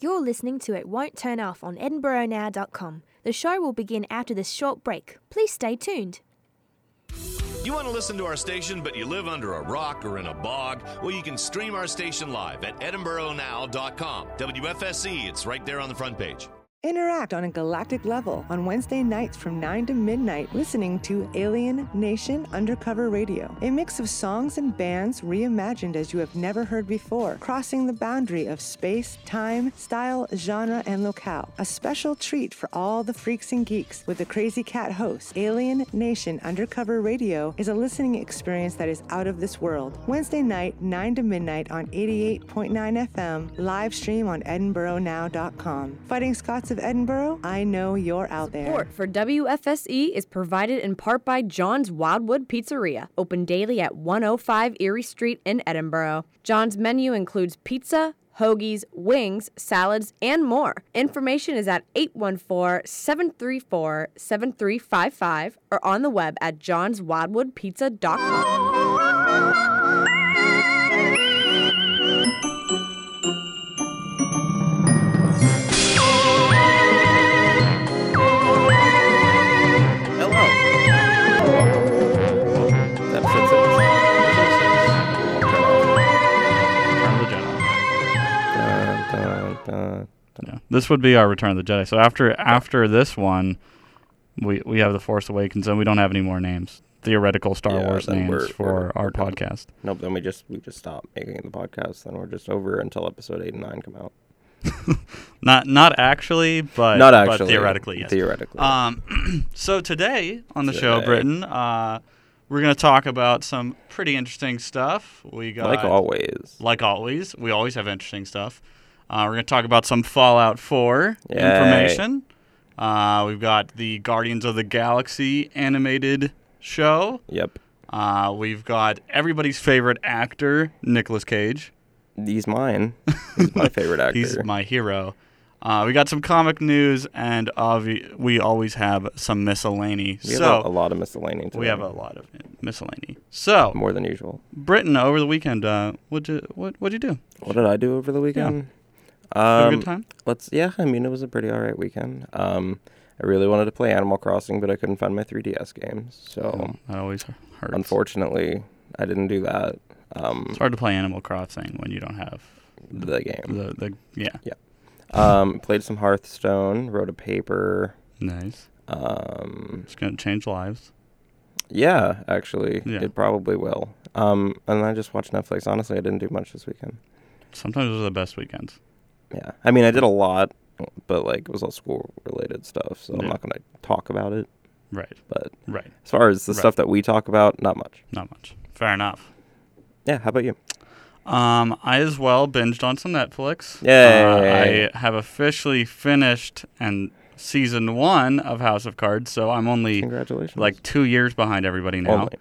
You're listening to It Won't Turn Off on EdinburghNow.com. The show will begin after this short break. Please stay tuned. You want to listen to our station, but you live under a rock or in a bog? Well, you can stream our station live at edinburghnow.com. WFSE, E, it's right there on the front page. Interact on a galactic level on Wednesday nights from 9 to midnight, listening to Alien Nation Undercover Radio, a mix of songs and bands reimagined as you have never heard before, crossing the boundary of space, time, style, genre, and locale. A special treat for all the freaks and geeks with the Crazy Cat host. Alien Nation Undercover Radio is a listening experience that is out of this world. Wednesday night, 9 to midnight on 88.9 FM, live stream on edinburghnow.com. Fighting Scots of Edinburgh, I know you're out there. Support for WFSE E is provided in part by John's Wildwood Pizzeria, open daily at 105 Erie Street in Edinburgh. John's menu includes pizza, hoagies, wings, salads, and more. Information is at 814-734-7355 or on the web at johnswildwoodpizza.com. Hello. That fits it. Fits it. Turn Return of the Jedi. off. Dun, dun, dun. Yeah. This would be our Return of the Jedi. So after after this one, we we have the Force Awakens, and we don't have any more names, theoretical Star Yeah, Wars then names we're- for we're- our we're done. podcast. Nope. Then we just we just stop making the podcast. Then we're just over until episode eight and nine come out. Not not actually, but Not but actually. theoretically, yes. Theoretically. Um, so today on the show, Today. Britain, uh, we're going to talk about some pretty interesting stuff. We got like always. like always, we always have interesting stuff. Uh, we're going to talk about some Fallout 4 Yay. information. Uh, we've got the Guardians of the Galaxy animated show. Yep. Uh, we've got everybody's favorite actor, Nicolas Cage. He's mine. He's my favorite actor. He's my hero. Uh, we got some comic news, and obvi- we always have some miscellany. we so have a, a lot of miscellany. Today, we have a lot of miscellany. So more than usual. Britain over the weekend, uh, what you what what'd you do? What did I do over the weekend? Have Um, a good time. Let's. Yeah. I mean, it was a pretty alright weekend. Um, I really wanted to play Animal Crossing, but I couldn't find my 3DS games. So. Oh, that always hurts. Um, Unfortunately, I didn't do that. Um, It's hard to play Animal Crossing when you don't have the game. the the yeah. Um, played some Hearthstone, wrote a paper. Nice. Um, It's gonna change lives. yeah, actually, Yeah. it probably will. Um, and I just watched Netflix. Honestly, I didn't do much this weekend. Sometimes those are the best weekends. Yeah, I mean, I did a lot, but like it was all school-related stuff, so I'm Yeah. not gonna talk about it. Right. But Right. as far as the Right. stuff that we talk about, not much. Not much. Fair enough. Yeah, how about you? Um, I as well binged on some Netflix. Yay. Uh, I have officially finished and season one of House of Cards, so I'm only Congratulations. like two years behind everybody now. Only.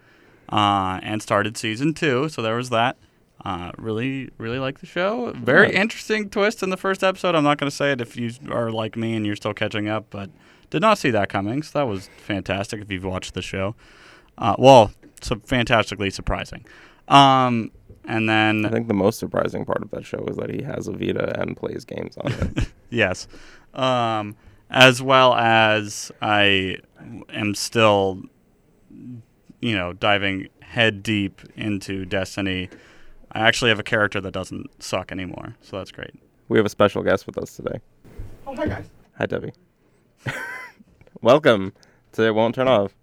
Uh, and started season two, so there was that. Uh, really, really like the show. Very Yeah. interesting twist in the first episode. I'm not going to say it if you are like me and you're still catching up, but did not see that coming. So that was fantastic if you've watched the show. Uh, well, so fantastically surprising. Um, and then I think the most surprising part of that show is that he has a Vita and plays games on it. Yes. Um, as well as I am still, you know, diving head deep into Destiny. I actually have a character that doesn't suck anymore, so that's great. we have a special guest with us today. Oh, hi guys. Hi, Debbie. Welcome to It Won't Turn Off.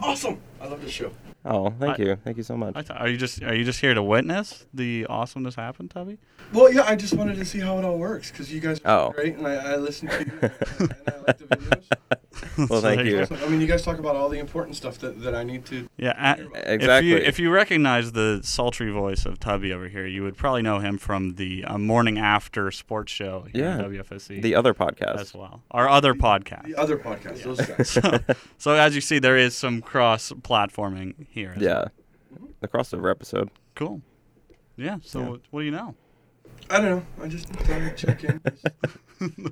Awesome. I love this show. Oh, thank I- you. Thank you so much. I th- are you just are you just here to witness the awesomeness happen, Tubby? Well, yeah, I just wanted to see how it all works because you guys are Oh. great, and I, I listen to you, and I like the videos. well, thank there you. you Awesome. I mean, you guys talk about all the important stuff that, that I need to. Yeah, a- Exactly. If you, if you recognize the sultry voice of Tubby over here, you would probably know him from the uh, morning after sports show here Yeah. at WFSC The other podcast. as well. Our other podcast. The other podcasts, those guys. so, so as you see, there is some cross platforming here. as well. Yeah. The crossover episode. Cool. Yeah. So Yeah. What, what do you know? I don't know. I just thought I'd check in.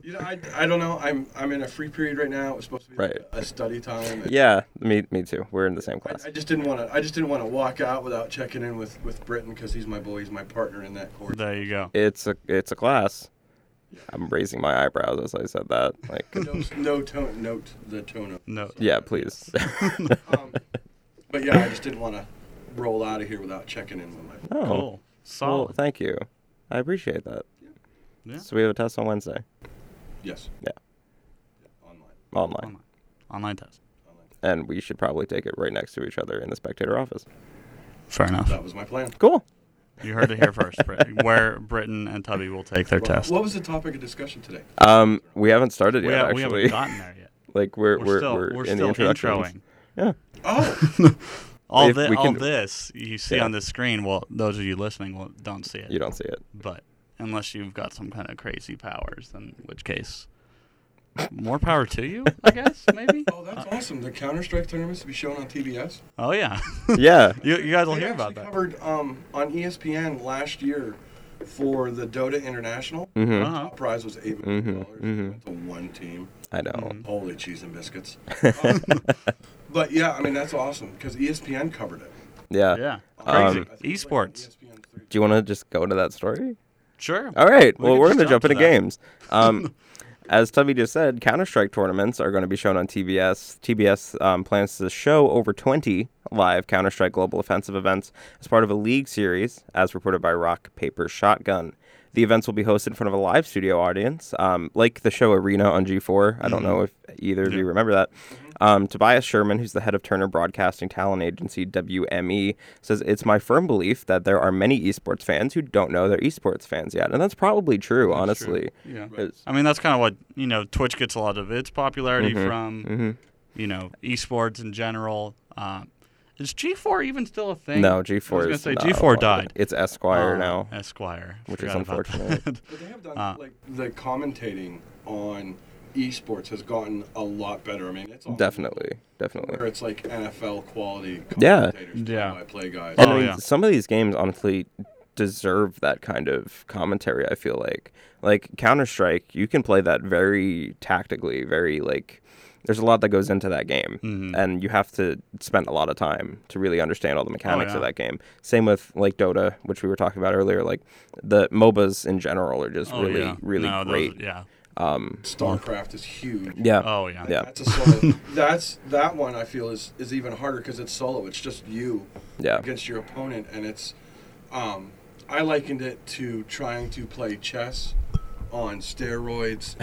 you know, I, I don't know. I'm I'm in a free period right now. It was supposed to be Right. a study time. and Yeah, me, me too. We're in the same class. I, I just didn't want to. I just didn't want to walk out without checking in with with Britton because he's my boy. He's my partner in that course. There you go. It's a it's a class. I'm raising my eyebrows as I said that. Like, No, no tone. Note the tone. Of, No. yeah, please. um, but yeah, I just didn't want to roll out of here without checking in with my. oh, Cool. well, Solid. thank you. I appreciate that. Yeah. So we have a test on Wednesday Yes. Yeah. Online. online, Online. Online test. and we should probably take it right next to each other in the spectator office. Fair enough. That was my plan. Cool. You heard it here first. Brit- Where Britain and Tubby will take their test. What was the topic of discussion today? Um, we haven't started yet. we, ha- we actually, haven't gotten there yet. like we're We're, we're, still, we're we're in still the introductions. introing. Yeah. Oh, All, If thi- we all can- this you see Yeah. on this screen, well, those of you listening will don't see it. You don't see it. But unless you've got some kind of crazy powers, in which case, more power to you, I guess, maybe? oh, that's awesome. The Counter Strike tournaments to be shown on TBS. Oh, yeah. Yeah. you, you guys will They hear about actually that. Covered um, on ESPN last year for the Dota International. Mm-hmm. Uh-huh. Top prize was eight Mm-hmm, million dollars. Went to one team. I know. Holy cheese and biscuits. Um, but yeah, I mean that's awesome E because ESPN covered it. Yeah. Yeah. Um, Crazy. I think it was, like, E on Esports. ESPN three. Do you want to just go into that story? Sure. All right. well, can we're just going to jump to into that. games. Um, as Tubby just said, Counter Strike tournaments are going to be shown on TBS. TBS um, plans to show over 20 live Counter Strike Global Offensive events as part of a league series, as reported by Rock Paper Shotgun. The events will be hosted in front of a live studio audience, um, like the show Arena on G4. I don't know if either of you remember that. Um, Tobias Sherman, who's the head of Turner Broadcasting Talent Agency, WME, says it's my firm belief that there are many esports fans who don't know they're esports fans yet. And that's probably true, honestly. Yeah. It's- I mean, that's kind of what, you know, Twitch gets a lot of its popularity Mm-hmm. from, you know, esports in general. Uh, is G4 even still a thing? No, G4 I was is going not to say G4 allowed. died. It's Esquire Uh, now. Esquire. Which is Forgot about that. unfortunate. But they have done Uh. like the commentating on esports has gotten a lot better. I mean, it's all Definitely. Where Definitely. it's like NFL quality Yeah. commentators, Yeah. play-by-play guys. And Oh, I mean, yeah. some of these games honestly deserve that kind of commentary, I feel like. Like Counter Strike, you can play that very tactically, very like there's a lot that goes into that game Mm-hmm. and you have to spend a lot of time to really understand all the mechanics of Oh, yeah. that game. Same with like Dota, which we were talking about earlier, like the MOBAs in general are just Oh, really yeah. really No, those- great. yeah. yeah. StarCraft is huge. Oh, yeah. Yeah. That's a solo. that's that one I feel is is even harder because it's solo. It's just you Yeah. against your opponent, and it's. Um, I likened it to trying to play chess on steroids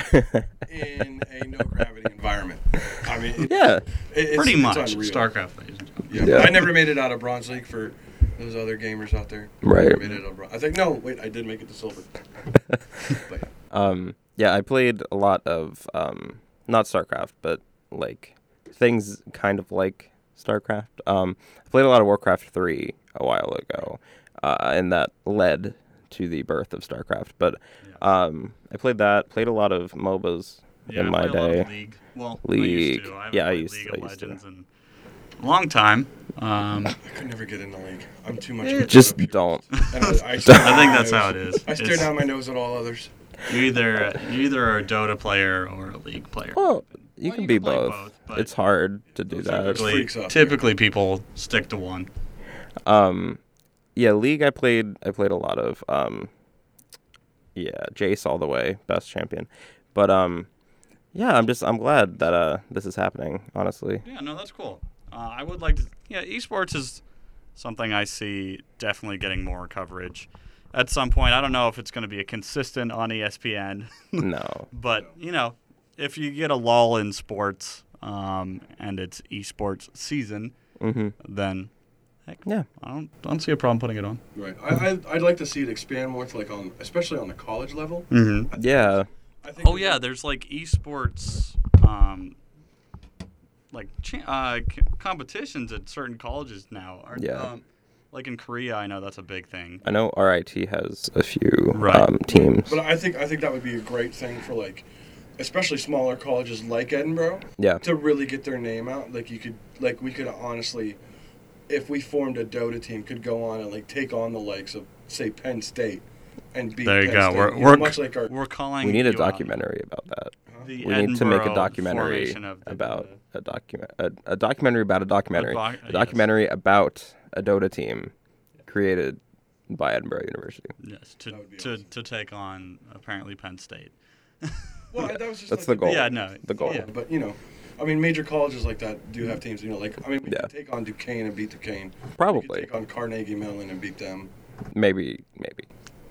in a no gravity environment. I mean, it, Yeah. it- it's, Pretty it's much unreal. StarCraft, ladies and gentlemen. Yeah. Yeah. I never made it out of Bronze League for those other gamers out there. Right. Never made it out of bron- I think no, wait, I did make it to silver. but, Yeah, I played a lot of um, not StarCraft, but like things kind of like StarCraft. Um, I played a lot of Warcraft three a while ago, uh, and that led to the birth of StarCraft. But um, I played that. Played a lot of MOBAs Yeah, in I my play a lot of day. League. Well, I League. used to. I haven't Yeah, I played used to- League of I used to. Legends in a long time. Um, I I could never get in the league. I'm too much. of a Just purist. don't. And I, I stare think down that's my how it nose. is. I stare It's- down my nose at all others. You either you either are a Dota player or a League player. Well, you Well, can you be can play both. both, but it's hard to do Oh, that. typically, freaks out. typically people stick to one. yeah, League I played I played a lot of um yeah, Jace all the way, best champion. But um yeah, I'm just I'm glad that uh this is happening, honestly. Yeah, no, that's cool. Uh, I would like to. Yeah, esports is something I see definitely getting more coverage at some point. I don't know if it's going to be a consistent on E ESPN, No. but you know, if you get a lull in sports um, and it's esports season, Mm-hmm. then heck, Yeah. I don't don't see a problem putting it on. Right. I, I I'd like to see it expand more to like on, especially on the college level. Yeah. I Hmm. think Oh yeah, there's like esports, um, like cha- uh, c- competitions at certain colleges now. Are, Yeah. Um, like in Korea, I know that's a big thing. I know RIT has a few Right. um teams. But I think I think that would be a great thing for like, especially smaller colleges like Edinburgh. Yeah. To really get their name out, like you could, like we could honestly, if we formed a Dota team, could go on and like take on the likes of say Penn State, and beat. There you Penn go. State. We're know, we're, much like our we're calling. Uh, We need a you out. documentary about that. The We need to make a Edinburgh documentary formation of the- uh, about a document a, a documentary about a documentary. doc- a documentary about a Dota team created by Edinburgh University. Yes, to, would be to, awesome. to take on apparently Penn State. Well, that was just That's like the goal. Yeah, no, The goal. yeah. But you know, I mean, major colleges like that do have teams. You know, like I mean, we Yeah. could take on Duquesne and beat Duquesne. We could Probably. take on Carnegie Mellon and beat them. Maybe. Maybe.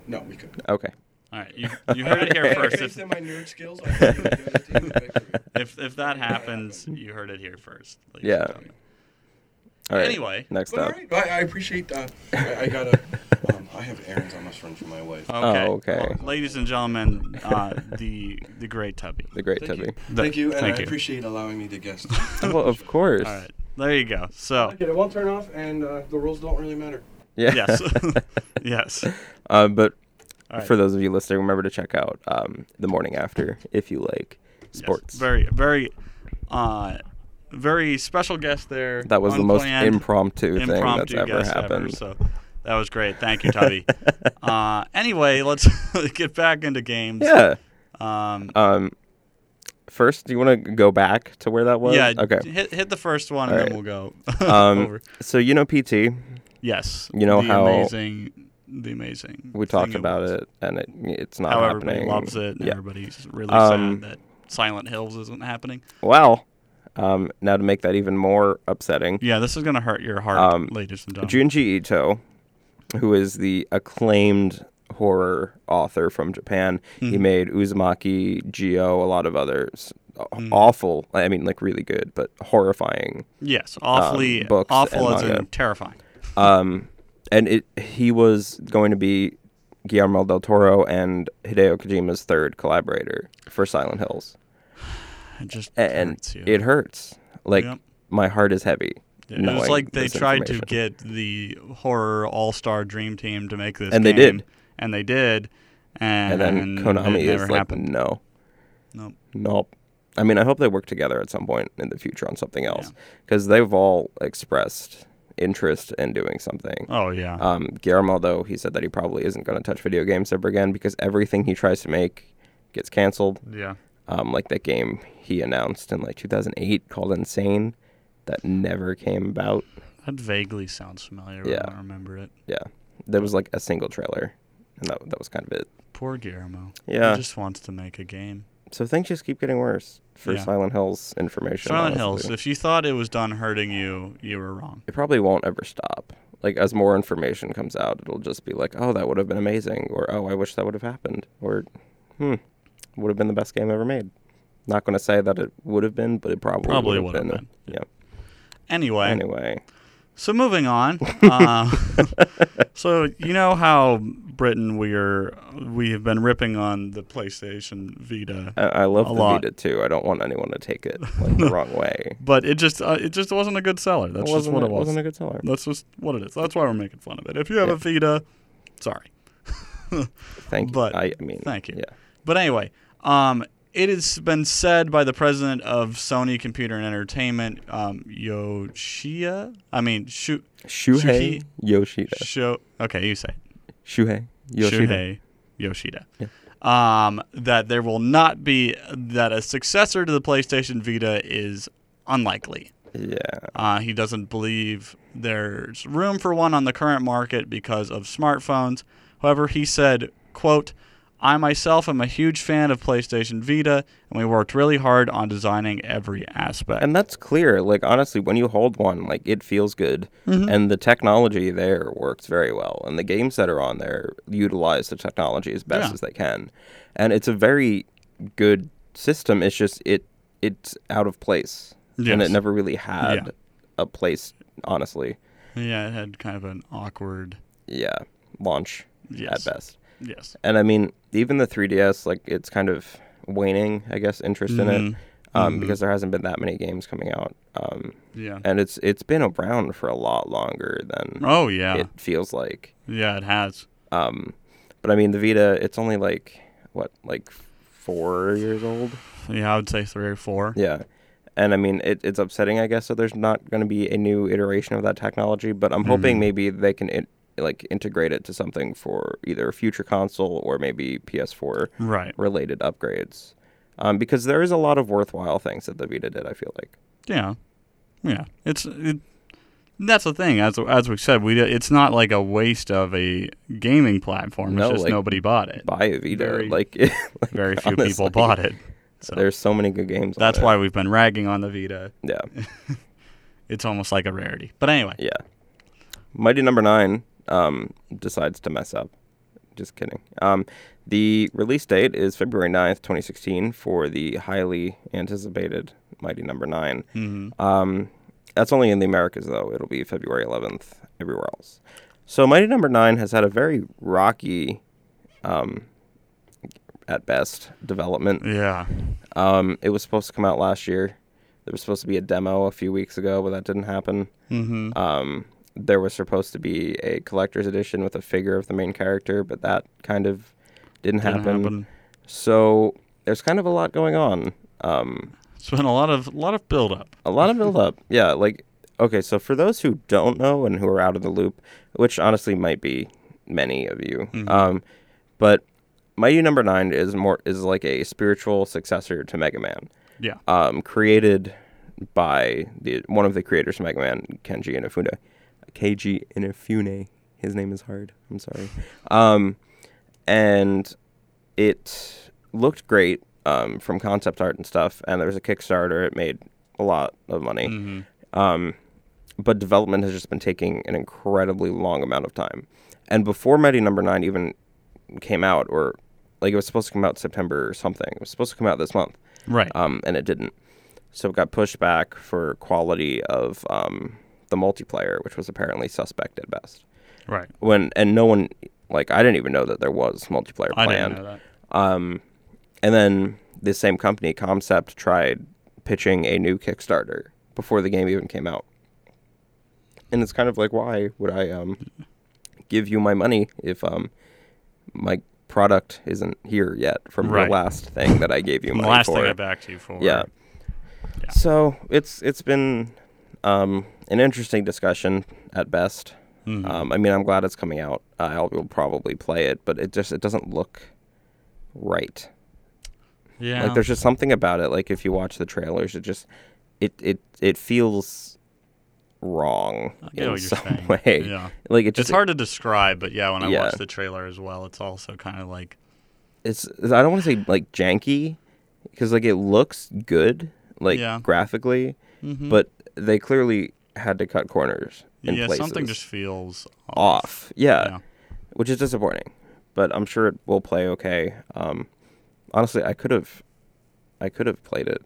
No, we could. Okay. All right, you, you heard it here first. Based on If, my nerd skills, I think the other team would victory. if, if that happens, you heard it here first. ladies Yeah. and gentlemen. All right. Anyway, Next But all up. right, I, I appreciate that. I, I gotta. Um, I have errands I must run for my wife. Okay. Oh, okay. Ladies and gentlemen, uh, the the great tubby. The Great Thank you. Tubby. Thank you, and Thank I you. appreciate allowing me to guest. Well, of course. All right. There you go. So, Okay, it won't turn off, and uh, the rules don't really matter. Yeah. yes. yes. Uh, but All right. for those of you listening, remember to check out um, the morning after if you like Yes. sports. Very very uh very special guest there. that was the most Unplanned, impromptu thing that's impromptu ever guest happened. so that was great. Thank you, Tubby. uh, anyway, let's get back into games. Yeah. Um, Um, first, do you want to go back to where that was? yeah. Okay. Hit, hit the first one, All and right. then we'll go Um, over. so you know PT. Yes. you know the how- amazing, the amazing. We talked thing about was. it, and it, it's not How happening. everybody loves it. And Yeah. Everybody's really Um, sad that Silent Hills isn't happening. Well, um, now to make that even more upsetting, Yeah, this is gonna hurt your heart, Um, ladies and gentlemen. Junji Ito, who is the acclaimed horror author from Japan, Hmm. he made Uzumaki, Geo, a lot of others. Hmm. Awful. I mean, like really good, but horrifying. yes, awfully um, books awful and as manga. in terrifying. and it he was going to be Guillermo del Toro and Hideo Kojima's third collaborator for Silent Hills, It just A- and hurts you. it hurts. Like Yep. my heart is heavy. It was like they tried to get get the horror all star dream team to make this, And they game, did. and they did, and, and then Konami it is never like happened. no, Nope. nope. I mean, I hope they work together at some point in the future on something else because they've all expressed interest in doing something. Oh yeah, Um, Guillermo, though, he said that he probably isn't going to touch video games ever again because everything he tries to make gets canceled. yeah. um, like that game he announced in like 2008 called Insane that never came about. That vaguely sounds familiar. Yeah. I don't remember it. Yeah, there was like a single trailer, and that, that was kind of it. Poor Guillermo. Yeah. He just wants to make a game. So things just keep getting worse for Yeah. Silent Hills information. Silent honestly. Hills, if you thought it was done hurting you, you were wrong. it probably won't ever stop. Like as more information comes out, it'll just be like, oh, that would have been amazing, or oh, I wish that would have happened, or hmm, would have been the best game ever made. Not going to say that it would have been, but it probably Probably would have been. would've Yeah. Anyway, Anyway, so moving on. uh, so you know how Britain we're we have been ripping on the PlayStation Vita, I, I love A the lot. Vita too. I don't want anyone to take it like the wrong way. but it just uh, it just wasn't a good seller. That's just wasn't, what a- it was. wasn't a good seller. That's just what it is. That's why we're making fun of it. If you have a Vita, sorry. Thank you. but- I, I mean, Thank you. Yeah, But anyway, um, it has been said by the president of Sony Computer and Entertainment, um, Yoshia. I mean, Shu. Shuhei Yoshida. Sho. Okay, you say. it. Shuhei Yoshida. Shuhei Yoshida. Um, that there will not be that a successor to the PlayStation Vita is unlikely. Yeah, Uh, he doesn't believe there's room for one on the current market because of smartphones. However, he said, quote, I myself am a huge fan of PlayStation Vita, and we worked really hard on designing every aspect. and that's clear. Like honestly, when you hold one, like it feels good, Mm-hmm. and the technology there works very well, and the games that are on there utilize the technology as best Yeah. as they can, and it's a very good system. It's just it it's out of place, and Yes. it never really had Yeah. a place, honestly. yeah, it had kind of an awkward. yeah, launch Yes. at best. Yes. And I mean, even the 3DS, like it's kind of waning, I guess, interest in it, Mm-hmm. um, because there hasn't been that many games coming out, um, Yeah. and it's it's been around for a lot longer than Oh, yeah. it feels like. yeah, it has. But I mean, the Vita, it's only like what, like four years old? Yeah, I would say three or four. Yeah. And I mean, it, it's upsetting, I guess, that there's not going to be a new iteration of that technology. But I'm Mm-hmm. hoping maybe they can in, like integrate it to something for either a future console or maybe PS4 Right. related upgrades, um, because there is a lot of worthwhile things that the Vita did. I feel like Yeah. Yeah. It's. It, That's the thing. As as we said, we it's not like a waste of a gaming platform. No, it's just like, nobody bought it. Buy it either. Very- like, like, Very few people honestly, bought it. So There's so many good games. on that's it. why we've been ragging on the Vita. Yeah, It's almost like a rarity. But anyway, yeah. Mighty Number Nine um, decides to mess up. Just kidding. Um, the release date is February 9th, 2016, for the highly anticipated Mighty Number 9 Um, that's only in the Americas, though. It'll be February 11th everywhere else. So Mighty Number Nine has had a very rocky, um, at best, development. yeah. Um, it was supposed to come out last year. There was supposed to be a demo a few weeks ago, but that didn't happen. Mm-hmm. Um, there was supposed to be a collector's edition with a figure of the main character, but that kind of didn't, Didn't happen. happen. So there's kind of a lot going on. Um, It's been a lot of lot of build up. a lot of build up. Yeah, like okay, so for those who don't know and who are out of the loop, which honestly might be many of you, um, but Mighty Number Nine is more is like a spiritual successor to Mega Man Yeah. um, created by the one of the creators of Mega Man, Kenji Inafune. KG Inafune. His name is hard. I'm sorry. Um, and it looked great um, from concept art and stuff. And there was a Kickstarter. It made a lot of money. Um, but development has just been taking an incredibly long amount of time. And before Mighty Number Nine even came out, or like it was supposed to come out September or something, it was supposed to come out this month right. um, and it didn't. So it got pushed back for quality of um, the multiplayer, which was apparently suspect at best. right. When and no one like I didn't even know that there was multiplayer I planned. didn't know that. Um, and then this same company, Concept, tried pitching a new Kickstarter before the game even came out. And it's kind of like, why would I um, give you my money if um, my product isn't here yet from Right. the last thing that I gave you The money last for? thing I backed you for. Yeah. So it's it's been um, an interesting discussion at best. Mm-hmm. Um, I mean, I'm glad it's coming out. I'll will probably play it, but it just it doesn't look right. Yeah. Like there's just something about it. Like if you watch the trailers, it just it it it feels wrong get in what you're some saying. way. Yeah. Like it just it's hard to describe, but yeah, when I Yeah. watched the trailer as well, it's also kind of like it's I don't want to say like janky because like it looks good like Yeah. Mm-hmm. graphically, but they clearly had to cut corners in yeah, places. something just feels off. off. Yeah. Yeah. Which is disappointing. But I'm sure it will play okay. Um, honestly, I could have I could have played it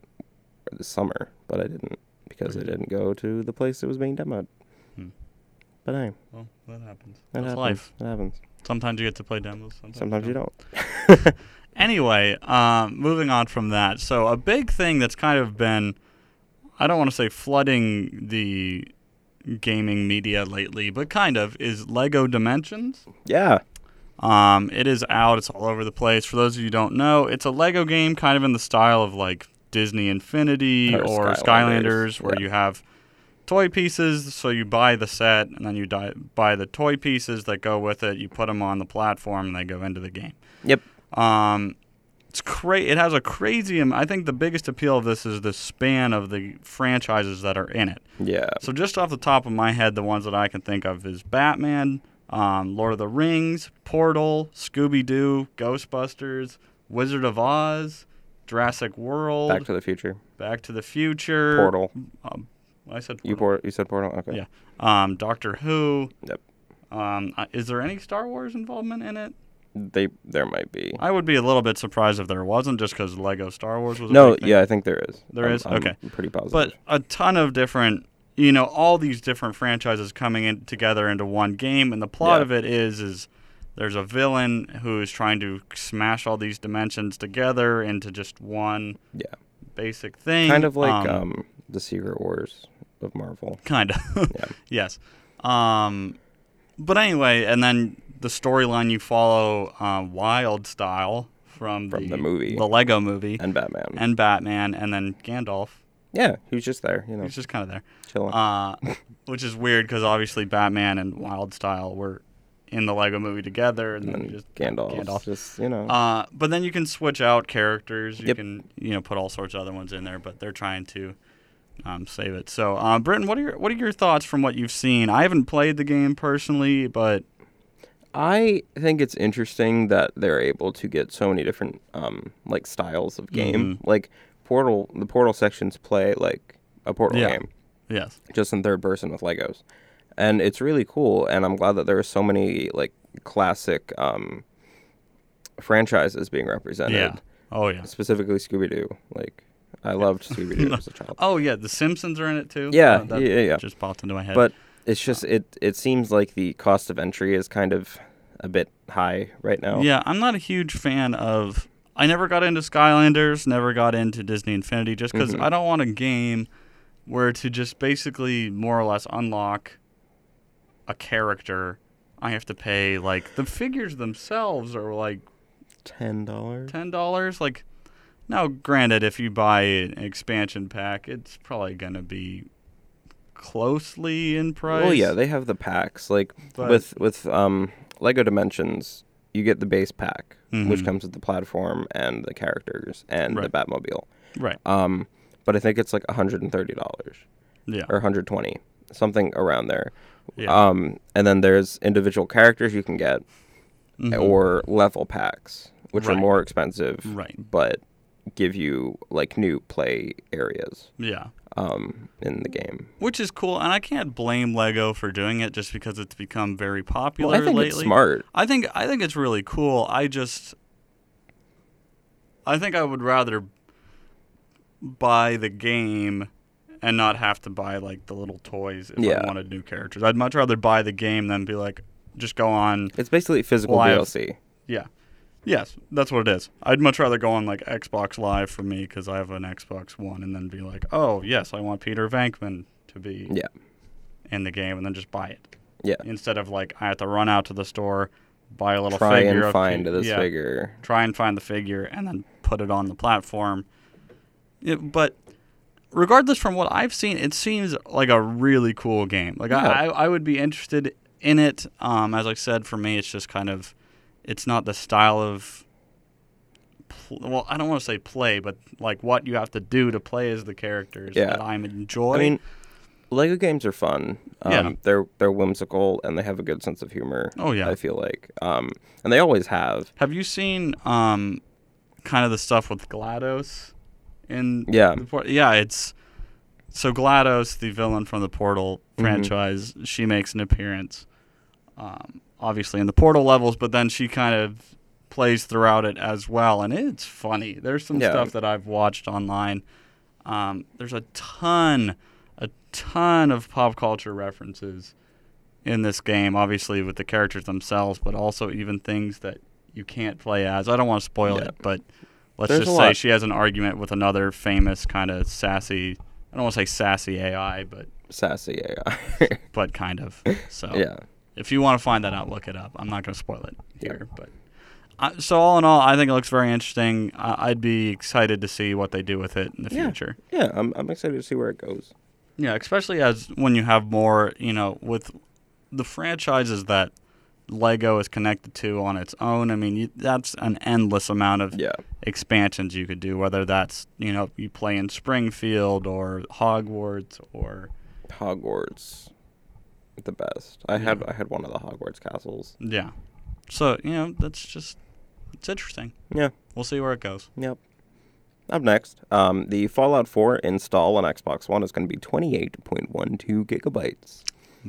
this summer, but I didn't because I didn't go to the place it was being demoed. But hey, Well, that happens. that Hmm. That's happens. life. That happens. Sometimes you get to play demos. Sometimes, Sometimes you don't. Anyway, um, moving on from that. So a big thing that's kind of been, I don't want to say flooding the gaming media lately, but kind of is Lego Dimensions. Yeah. Um, it is out. It's all over the place. For those of you who don't know, it's a Lego game, kind of in the style of like Disney Infinity Or or, Skylanders, Skylanders, where yeah. you have toy pieces. So you buy the set, and then you di- buy the toy pieces that go with it. You put them on the platform, and they go into the game. Yep. Um, it's cra- It has a crazy. am- I think the biggest appeal of this is the span of the franchises that are in it. Yeah. So just off the top of my head, the ones that I can think of is Batman, um, Lord of the Rings, Portal, Scooby Doo, Ghostbusters, Wizard of Oz, Jurassic World, Back to the Future. Back to the Future, Portal. Um, I said You Portal. por- you said Portal. Okay. Yeah. Um, Doctor Who. Yep. Um, uh, is there any Star Wars involvement in it? They there might be. I would be a little bit surprised if there wasn't, just because Lego Star Wars was. A No, big thing. yeah, I think there is. There I'm- is? I'm Okay. pretty positive. but a ton of different you know all these different franchises coming in together into one game and the plot Yeah. of it is is there's a villain who is trying to smash all these dimensions together into just one yeah. basic thing Kind of like um the Secret Wars of Marvel. kind of yes um but anyway and then the storyline you follow uh, wild style from, From the movie. the lego movie and Batman. and batman and then gandalf yeah, he was just there, you know, he's just kind of there chilling. uh, which is weird because obviously Batman and Wild Style were in the Lego Movie together, and, then and just Gandalf, Gandalf. just you know, Uh, but then you can switch out characters. You Yep. can you know put all sorts of other ones in there, but they're trying to um, save it. So, um, Britton, what are your what are your thoughts from what you've seen? I haven't played the game personally, but I think it's interesting that they're able to get so many different um, like styles of game. Mm-hmm. Like Portal, the Portal sections play like a Portal Yeah. game, yes, just in third person with Legos, and it's really cool. And I'm glad that there are so many like classic um, franchises being represented, yeah, oh yeah, specifically Scooby Doo. Like I loved Scooby Doo as a child. oh yeah. The Simpsons are in it too. Yeah, Uh, that yeah, yeah, yeah. Just popped into my head. But it's just it it seems like the cost of entry is kind of a bit high right now. Yeah, I'm not a huge fan of. I never got into Skylanders, never got into Disney Infinity, just because I don't want a game where to just basically more or less unlock a character. I have to pay like the figures themselves are like Ten dollars. ten dollars. Like now, granted, if you buy an expansion pack, it's probably gonna be closely in price. Oh yeah, they have the packs. Like But- with with um Lego Dimensions, you get the base pack, Mm-hmm. which comes with the platform and the characters and the Batmobile. right. Um, but I think it's like hundred and thirty dollars yeah. or hundred twenty, something around there. Yeah. Um, and then there's individual characters you can get, or level packs, which are Mm-hmm. Right. more expensive, Right. But give you like new play areas yeah. um in the game. which is cool and i can't blame lego for doing it just because it's become very popular Well, I think lately it's smart. i think i think it's really cool i just i think i would rather buy the game and not have to buy like the little toys if Yeah. i wanted new characters i'd much rather buy the game than be like just go on It's basically physical Well, I have- DLC. yeah yes that's what it is i'd much rather go on like xbox live for me because i have an xbox one and then be like oh yes i want peter venkman to be Yeah. in the game and then just buy it Yeah. instead of like I have to run out to the store, buy a little Try figure and of- find this yeah, figure. try and find the figure and then put it on the platform. Yeah, but regardless from what I've seen, it seems like a really cool game. Like I, I, I would be interested in it. Um, as I said, for me, it's just kind of, it's not the style of. pl- Well, I don't want to say play, but like what you have to do to play as the characters Yeah. that I'm enjoying. I mean, Lego games are fun. Um, Yeah. They're they're whimsical and they have a good sense of humor. Oh, yeah. I feel like, um, and they always have. Have you seen um, kind of the stuff with Glados in Yeah. the por- yeah it's so Glados the villain from the Portal Mm-hmm. franchise she makes an appearance um, obviously in the Portal levels but then she kind of plays throughout it as well and it's funny there's some Yeah. stuff that I've watched online um, there's a ton a ton of pop culture references in this game, obviously with the characters themselves, but also even things that you can't play as. I don't want to spoil it, but let's There's just a say lot. she has an argument with another famous kind of sassy. I don't want to say sassy AI, but Sassy AI. but kind of. So yeah. if you want to find that out, look it up. I'm not going to spoil it here, but. I, so all in all, I think it looks very interesting. I, I'd be excited to see what they do with it in the future. Yeah, I'm I'm excited to see where it goes. Yeah, especially as when you have more, you know, with the franchises that Lego is connected to on its own. I mean, you, that's an endless amount of Yeah. expansions you could do. Whether that's you know you play in Springfield or Hogwarts or Hogwarts, the best. I had I had one of the Hogwarts castles. yeah, so you know that's just it's interesting. Yeah. We'll see where it goes. Yep. Up next, um, the Fallout 4 install on Xbox One is going to be 28.12 gigabytes,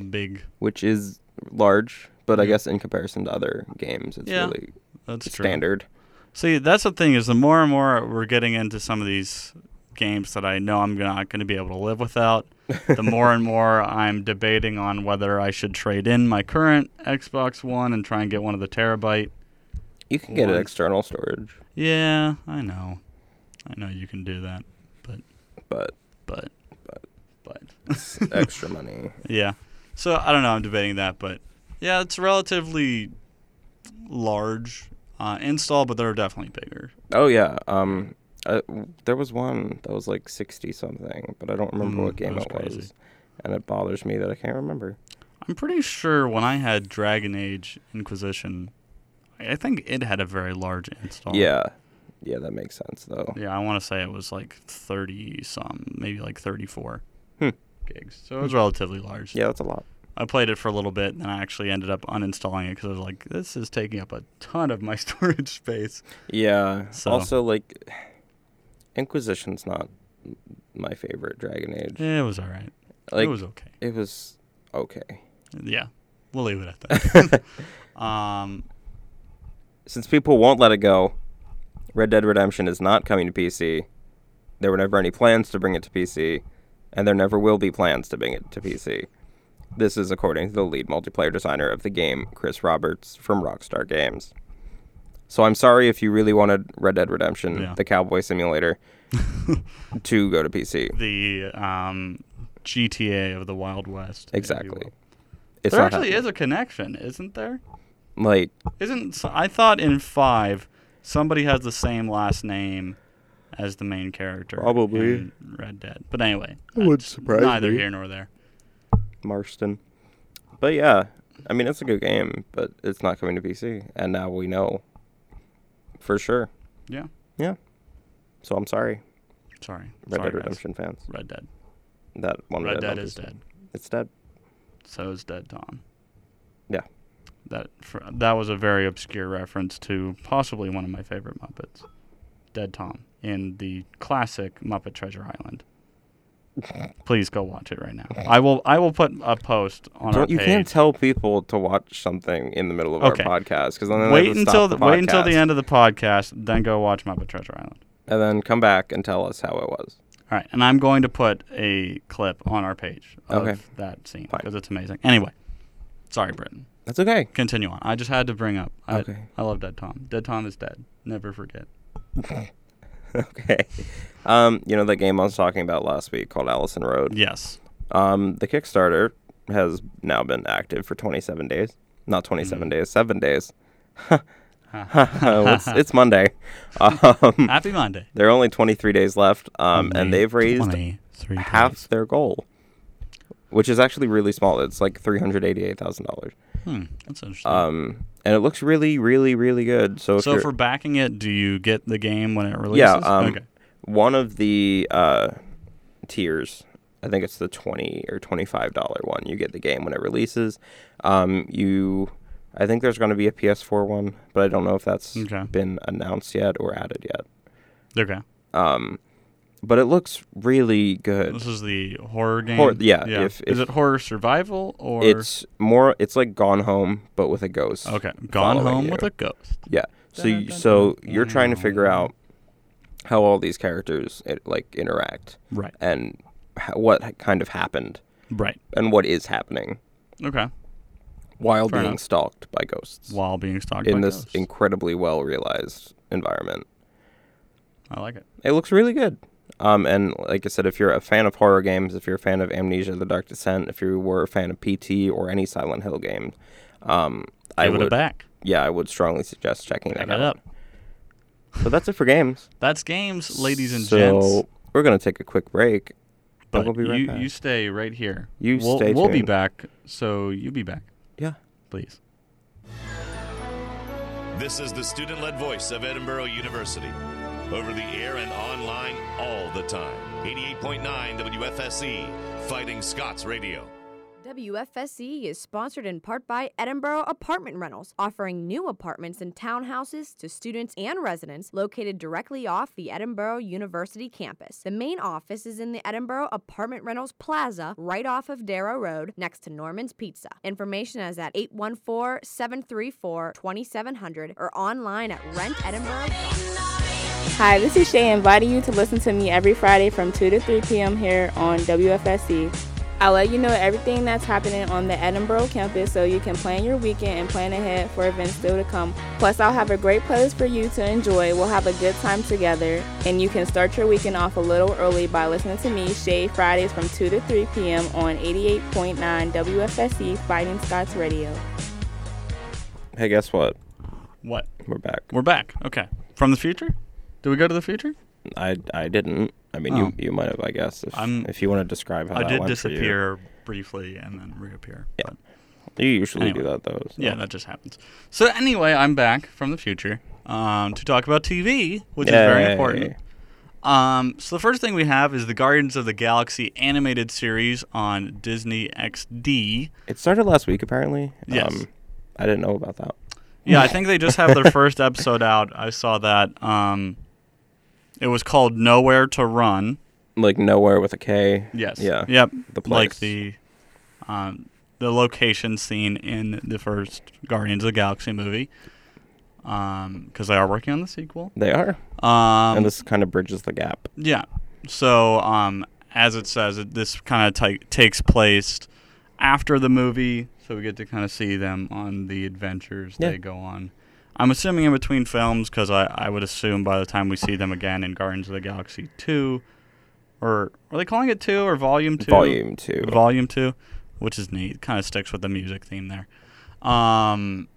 Big. which is large, but I guess in comparison to other games, it's Yeah. really That's true. standard. See, that's the thing is the more and more we're getting into some of these games that I know I'm not going to be able to live without, the more and more I'm debating on whether I should trade in my current Xbox One and try and get one of the terabyte. You can get an One. external storage, Yeah, I know. I know you can do that, but but but but it's extra money. yeah. So I don't know, I'm debating that, but yeah, it's relatively large uh, install, but they're definitely bigger. Oh yeah. Um, uh, w- there was one that was like 60 something, but I don't remember Mm, what game that's it crazy. Oh. was, and it bothers me that I can't remember. I'm pretty sure when I had Dragon Age Inquisition, I I think it had a very large install. Yeah. Yeah, that makes sense though. Yeah, I want to say it was like 30 some, maybe like 34 gigs. So it was relatively large. Hmm. Yeah, that's a lot. I played it for a little bit, and then I actually ended up uninstalling it because I was like, this is taking up a ton of my storage space. Yeah. So- Also, like, Inquisition's not my favorite Dragon Age. Eh, It was all right. Like, it was okay. It was okay. Yeah, we'll leave it at that. um, Since people won't let it go, Red Dead Redemption is not coming to PC. There were never any plans to bring it to PC, and there never will be plans to bring it to PC. This is according to the lead multiplayer designer of the game, Chris Roberts from Rockstar Games. So I'm sorry if you really wanted Red Dead Redemption, Yeah. the cowboy simulator, to go to PC. the um, GTA of the Wild West. if you Exactly. will. It's There not actually happening. is a connection, isn't there? like Isn't so- I thought in five somebody has the same last name as the main character. Probably. in Red Dead. But anyway, It would that's surprise neither me. here nor there. Marston. But yeah, I mean it's a good game, but it's not coming to PC, and now we know for sure. Yeah. Yeah. So I'm sorry, Sorry. Red Dead Sorry, guys. Redemption fans. Red Dead. That one. Red did Dead on is PC. dead. It's dead. So is Dead Dawn. Yeah. That fr that was a very obscure reference to possibly one of my favorite Muppets, Dead Tom, in the classic Muppet Treasure Island. Please go watch it right now. I will. I will put a post on our Don't, you page. can't tell people to watch something in the middle of Okay. our podcast because then they wait have to until stop the, the, wait until the podcast end of the podcast, then go watch Muppet Treasure Island. and then come back and tell us how it was. All right, and I'm going to put a clip on our page of Okay. that scene Fine. because it's amazing. Anyway, sorry, Britain. That's okay. Continue on. I just had to bring up. I, Okay. I love Dead Tom. Dead Tom is dead. Never forget. okay. Um, you know that game I was talking about last week called Allison Road. Yes. Um, the Kickstarter has now been active for 27 days. Not Mm. 27 days, seven days. it's, it's Monday. Um, Hmm. Happy Monday. there are only 23 days left, um, and Only they've raised 23 half days. their goal, which is actually really small. It's like $388,000. Hmm, that's interesting. Um, and it looks really, really, really good. So, if so you're- for backing it, do you get the game when it releases? yeah, um, okay. one of the uh, tiers, I think it's the twenty or twenty-five dollar one. You get the game when it releases. Um, you, I think there's going to be a PS4 one, but I don't know if that's Okay. been announced yet or added yet. Okay. But it looks really good. This is the horror game. Hor- yeah, if- is if- it horror survival or It's more. It's like Gone Home, but with a ghost. okay? Gone following home you. with a ghost. Yeah. So you, so you're trying to figure out how all these characters it, like interact Right. and h- what kind of happened Right. and what is happening Okay. while Fair being enough. stalked by ghosts While being stalked in by this ghosts. incredibly well realized environment. I like it. It looks really good. Um, and like I said, if you're a fan of horror games, if you're a fan of Amnesia: The Dark Descent, if you were a fan of PT or any Silent Hill game, um, I Give it would a back. yeah, I would strongly suggest checking Back that it out. up. So that's it for games. That's games, ladies and so gents. we're gonna take a quick break. But we'll be right you, back. you stay right here. You we'll, stay We'll be tuned. back. So you be back, Yeah. please. This is the student led voice of Edinburgh University. Over the air and online all the time. 88.9 WFSE, E, Fighting Scots Radio. WFSE is sponsored in part by Edinburgh Apartment Rentals, offering new apartments and townhouses to students and residents located directly off the Edinburgh University campus. The main office is in the Edinburgh Apartment Rentals Plaza, right off of Darrow Road, next to Norman's Pizza. Information is at 814 734 2700 or online at rentedinburgh.com. Hi, this is Shay inviting you to listen to me every Friday from 2 to 3 p.m. here on WFSC. I'll let you know everything that's happening on the Edinburgh campus so you can plan your weekend and plan ahead for events still to come. Plus, I'll have a great playlist for you to enjoy. We'll have a good time together, and you can start your weekend off a little early by listening to me, Shay, Fridays from 2 to 3 p.m. on 88.9 WFSC Fighting Scots Radio. Hey, guess what? What? We're back. We're back. Okay. From the future? Do we go to the future? I, I didn't. I mean, Oh. you you might have, I guess. If, I'm- if you want to describe how I that did went for you. disappear briefly and then reappear. Yeah. You usually do Anyway. that though. so- yeah, that just happens. So anyway, I'm back from the future. um, to talk about TV, which is Yay. very important. Um, so the first thing we have is the Guardians of the Galaxy animated series on Disney XD. It started last week, apparently. Um, Yes. I didn't know about that. Yeah, I think they just have their first episode out. I saw that. Um, it was called Nowhere to Run. Like nowhere with a K. Yes. Yeah. Yep. The Like place. the, um, the location scene in the first Guardians of the Galaxy movie. Um, because they are working on the sequel. They are. Um, and this kind of bridges the gap. Yeah. So, um, as it says, it, this kind of t- takes place after the movie, so we get to kind of see them on the adventures Yeah. they go on. I'm assuming in between films, because I, I would assume by the time we see them again in Guardians of the Galaxy 2, or are they calling it 2 or Volume 2? Volume two. Volume 2, which is neat. Kind of sticks with the music theme there. Um,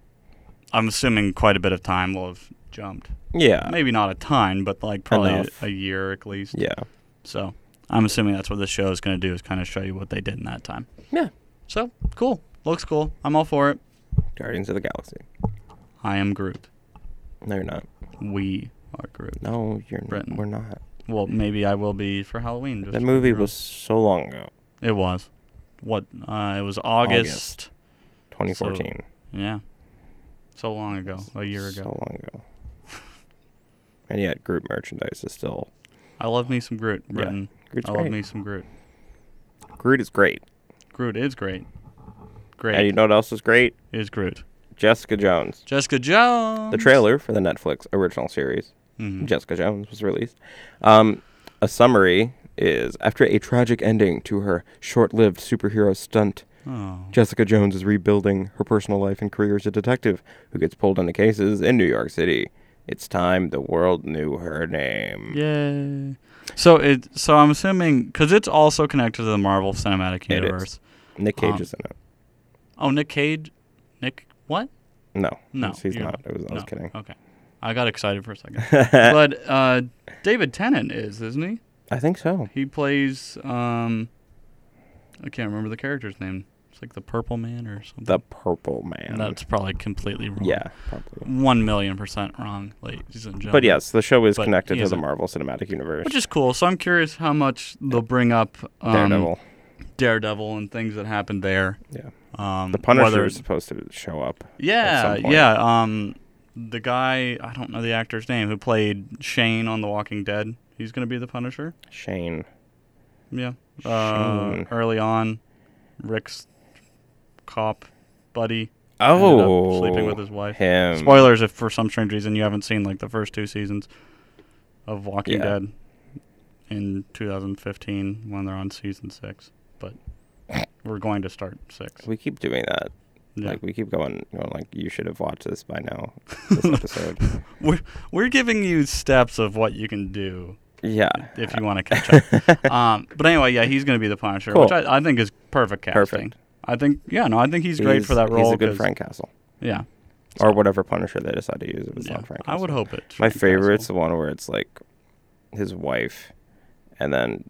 I'm assuming quite a bit of time will have jumped. yeah. Maybe not a ton, but like probably a, Enough. a year at least. Yeah. So I'm assuming that's what the show is going to do is kind of show you what they did in that time. Yeah. So cool. Looks cool. I'm all for it. Guardians of the Galaxy. I am Groot. No, you're not. We are Groot. No, you're Britain. We're not. Well, maybe I will be for Halloween. Just That movie remember. was so long ago. It was. What? Uh, it was August. 2014. Yeah. So long ago. A year So ago. long ago. And yet, group merchandise is still. I love me some Groot. Britain. Groot's I love great. me some Groot. Groot is great. Groot is great. And you Great know what else is great? is Groot. Jessica Jones. Jessica Jones. Mm-hmm. The trailer for the Netflix original series, Jessica Jones, was released. Um, a summary is after a tragic ending to her short lived superhero stunt, Oh. Jessica Jones is rebuilding her personal life and career as a detective who gets pulled into cases in New York City. It's time the world knew her name. Yay. So it so I'm assuming because it's also connected to the Marvel Cinematic It is. Universe. Nick Cage Um, is in it. Oh, Nick Cage, Nick what? No. No, he's- He's you're not. I was, I was No. kidding. Okay, I got excited for a second. but uh, David Tennant is, isn't he? I think so. He plays um, I can't remember the character's name. It's like the Purple Man or something. The Purple Man. That's probably completely wrong. yeah, probably. one million percent wrong, ladies and gentlemen. But yes, the show is But connected he to is the a- Marvel Cinematic Universe. Which is cool. So I'm curious how much they'll bring up um, Daredevil. Daredevil, and things that happened there. yeah. Um, The Punisher whether- is supposed to show up. at Yeah, some point. yeah. Um, the guy I don't know the actor's name who played Shane on The Walking Dead. He's gonna be the Punisher. Shane. Yeah. Uh, Shane. early on, Rick's cop buddy. ended up Oh, sleeping with his wife. Him. Spoilers if for some strange reason you haven't seen like the first two seasons of Walking Yeah. Dead in 2015 when they're on season six, but we're going to start six. We keep doing that. Yeah. Like we keep going, going. Like you should have watched this by now. This episode. We're we're giving you steps of what you can do Yeah. if you want to catch up. um, but anyway, yeah, he's going to be the Punisher, which Cool. I, I think is perfect casting. Perfect. I think, yeah, no, I think he's, great for that role. He's a good 'cause- Frank Castle, Yeah, or whatever Punisher they decide to use. If it's yeah. not Frank. I would Castle. hope it. My favorite's the one where it's like his wife, and then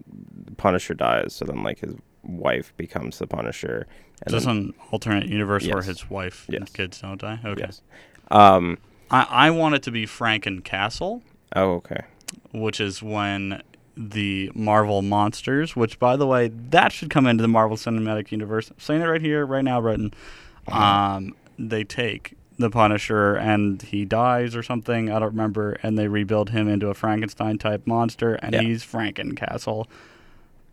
the Punisher dies. So then like his wife becomes the Punisher. And Is this then- an alternate universe where Yes. his wife Yes. and kids don't die? Okay. yes. Um. I, I want it to be Franken Castle, Oh, okay. which is when the Marvel monsters, which by the way, that should come into the Marvel Cinematic Universe. I'm saying it right here, right now, Breton. Uh-huh. Um, they take the Punisher and he dies or something. I don't remember. And they rebuild him into a Frankenstein type monster, and Yeah. he's Frankencastle,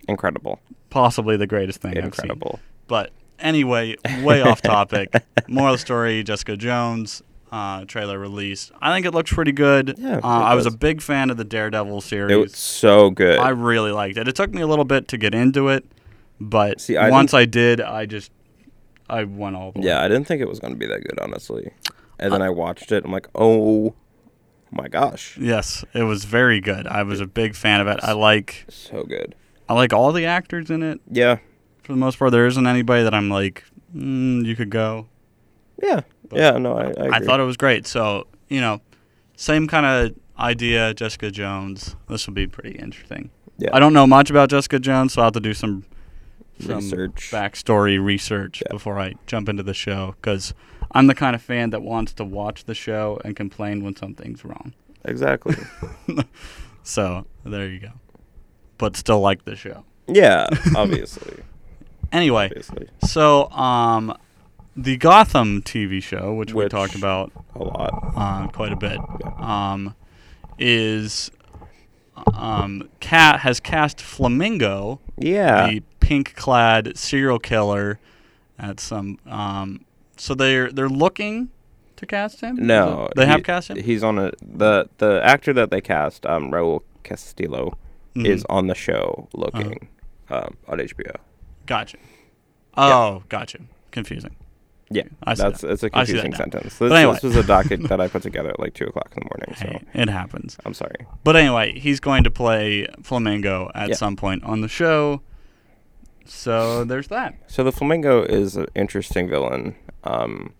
Incredible. possibly the greatest thing I've seen. Incredible. But anyway, way off topic. Moral of the story: Jessica Jones uh, trailer released. I think it looked pretty good. Yeah, uh, it I was a does. big fan of the It Daredevil was series. so good. I really liked it. It took me a little bit to get into it, but See, I once didn't- I did, I just I went all the way. Yeah, I didn't think it was going to be that good, honestly. And then I watched it. I'm like, oh my gosh, Yes, it was very good. I was a big fan of it. I like so good. I like all the actors in it Yeah, for the most part. There isn't anybody that I'm like, mm, you could go. yeah, yeah. No, I. I, agree. I thought it was great. So, you know, same kind of idea, Jessica Jones. This will be pretty interesting. Yeah. I don't know much about Jessica Jones, so I'll have to do some some Research. backstory research before I jump into the show because I'm the kind of fan that wants to watch the show and complain when something's wrong. Exactly. So there you go. But still like the show. yeah, obviously. Anyway, Obviously. so um, the Gotham TV show, which, we Which- talked about A lot. uh, quite a bit, um, is um, cat has cast Flamingo, Yeah. the pink-clad serial killer, at some. Um, so they're they're looking to cast him. Is No. it- they have he- cast him. He's on a the the actor that they cast, um, Raul Castillo, Mm-hmm. is on the show looking Uh-huh. um, on HBO. gotcha. Oh, gotcha. Confusing. Yeah, I see that's that. it's a I see that confusing now. sentence. But This, anyway. this was a docket that I put together at like two o'clock in the morning. So Hey, it happens. I'm sorry. But anyway, he's going to play Flamingo at Yeah. some point on the show. So there's that. So the flamingo is an interesting villain, um,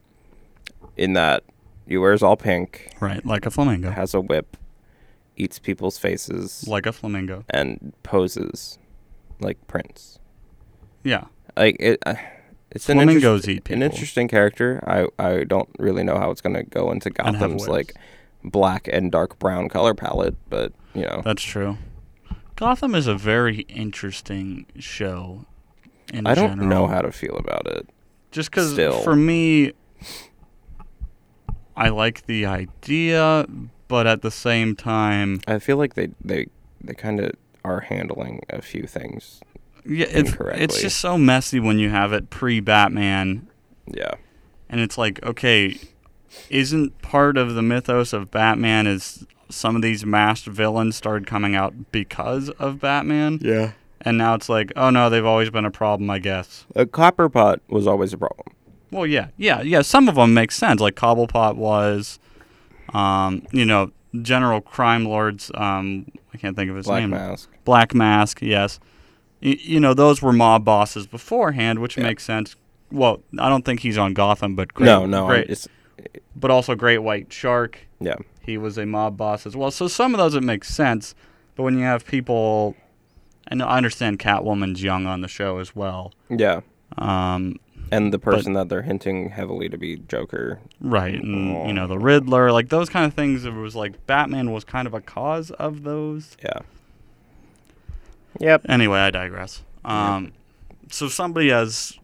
in that he wears all pink, Right, like a flamingo. has a whip, eats people's faces, like a flamingo. and poses like Prince. Yeah. Like it. Uh, it's an, Flamingos interest- eat an people. interesting character. I, I don't really know how it's going to go into have Gotham's whips. like black and dark brown color palette, but you know That's true. Gotham is a very interesting show. In I don't general. know how to feel about it. Just because still. for me, I like the idea, but at the same time, I feel like they they they kind of are handling a few things. yeah, it's it's Incorrectly. just so messy when you have it pre Batman Yeah, and it's like okay isn't part of the mythos of batman is some of these masked villains started coming out because of batman yeah. and now it's like oh no they've always been a problem i guess A copper pot was always a problem. well yeah yeah yeah some of them make sense like cobblepot was um you know general crime lords um i can't think of his Black name Mask. black mask yes Y- you know those were mob bosses beforehand which makes sense well i don't think he's on gotham but great, no, no. great, Great. It's, but also Great White Shark. yeah, He was a mob boss as well. So some of those it makes sense, but when you have people, I know I understand Catwoman's young on the show as well. yeah. Um, And the person that they're hinting heavily to be Joker. right, and you know the Riddler, like those kind of things. It was like Batman was kind of a cause of those. Yeah. Yep. Anyway, I digress. Um, So somebody as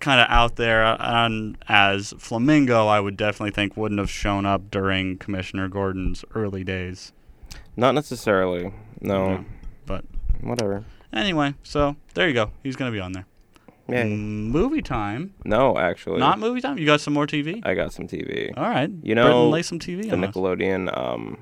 kind of out there uh, and as Flamingo, I would definitely think wouldn't have shown up during Commissioner Gordon's early days, Not necessarily. No. but. Whatever. Anyway, so there you go. He's gonna be on there. Yeah. Movie time, No, actually. Mm. not movie time. You got some more TV? I got some TV. All right. You know, Britton, lay some TV the on. us. Nickelodeon um,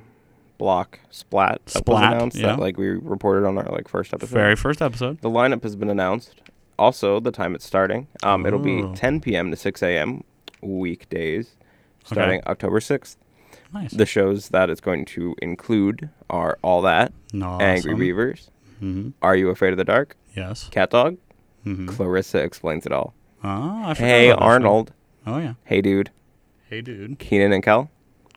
block Splat, that was Splat, announced yeah. that like we reported on our like first episode. Very first episode. The lineup has been announced. Also, the time it's starting. Um, it'll be Ooh. 10 p.m. to 6 a.m. weekdays, starting October 6th. Nice. The shows that it's going to include are All That, Awesome. Mm-hmm. Angry Beavers, Are You Afraid of the Dark, yes. Cat Dog, Mm-hmm. Clarissa Explains It All, Oh, I forgot Hey about this one. Arnold, Oh yeah. Hey Dude, Hey dude. Keenan and Kel,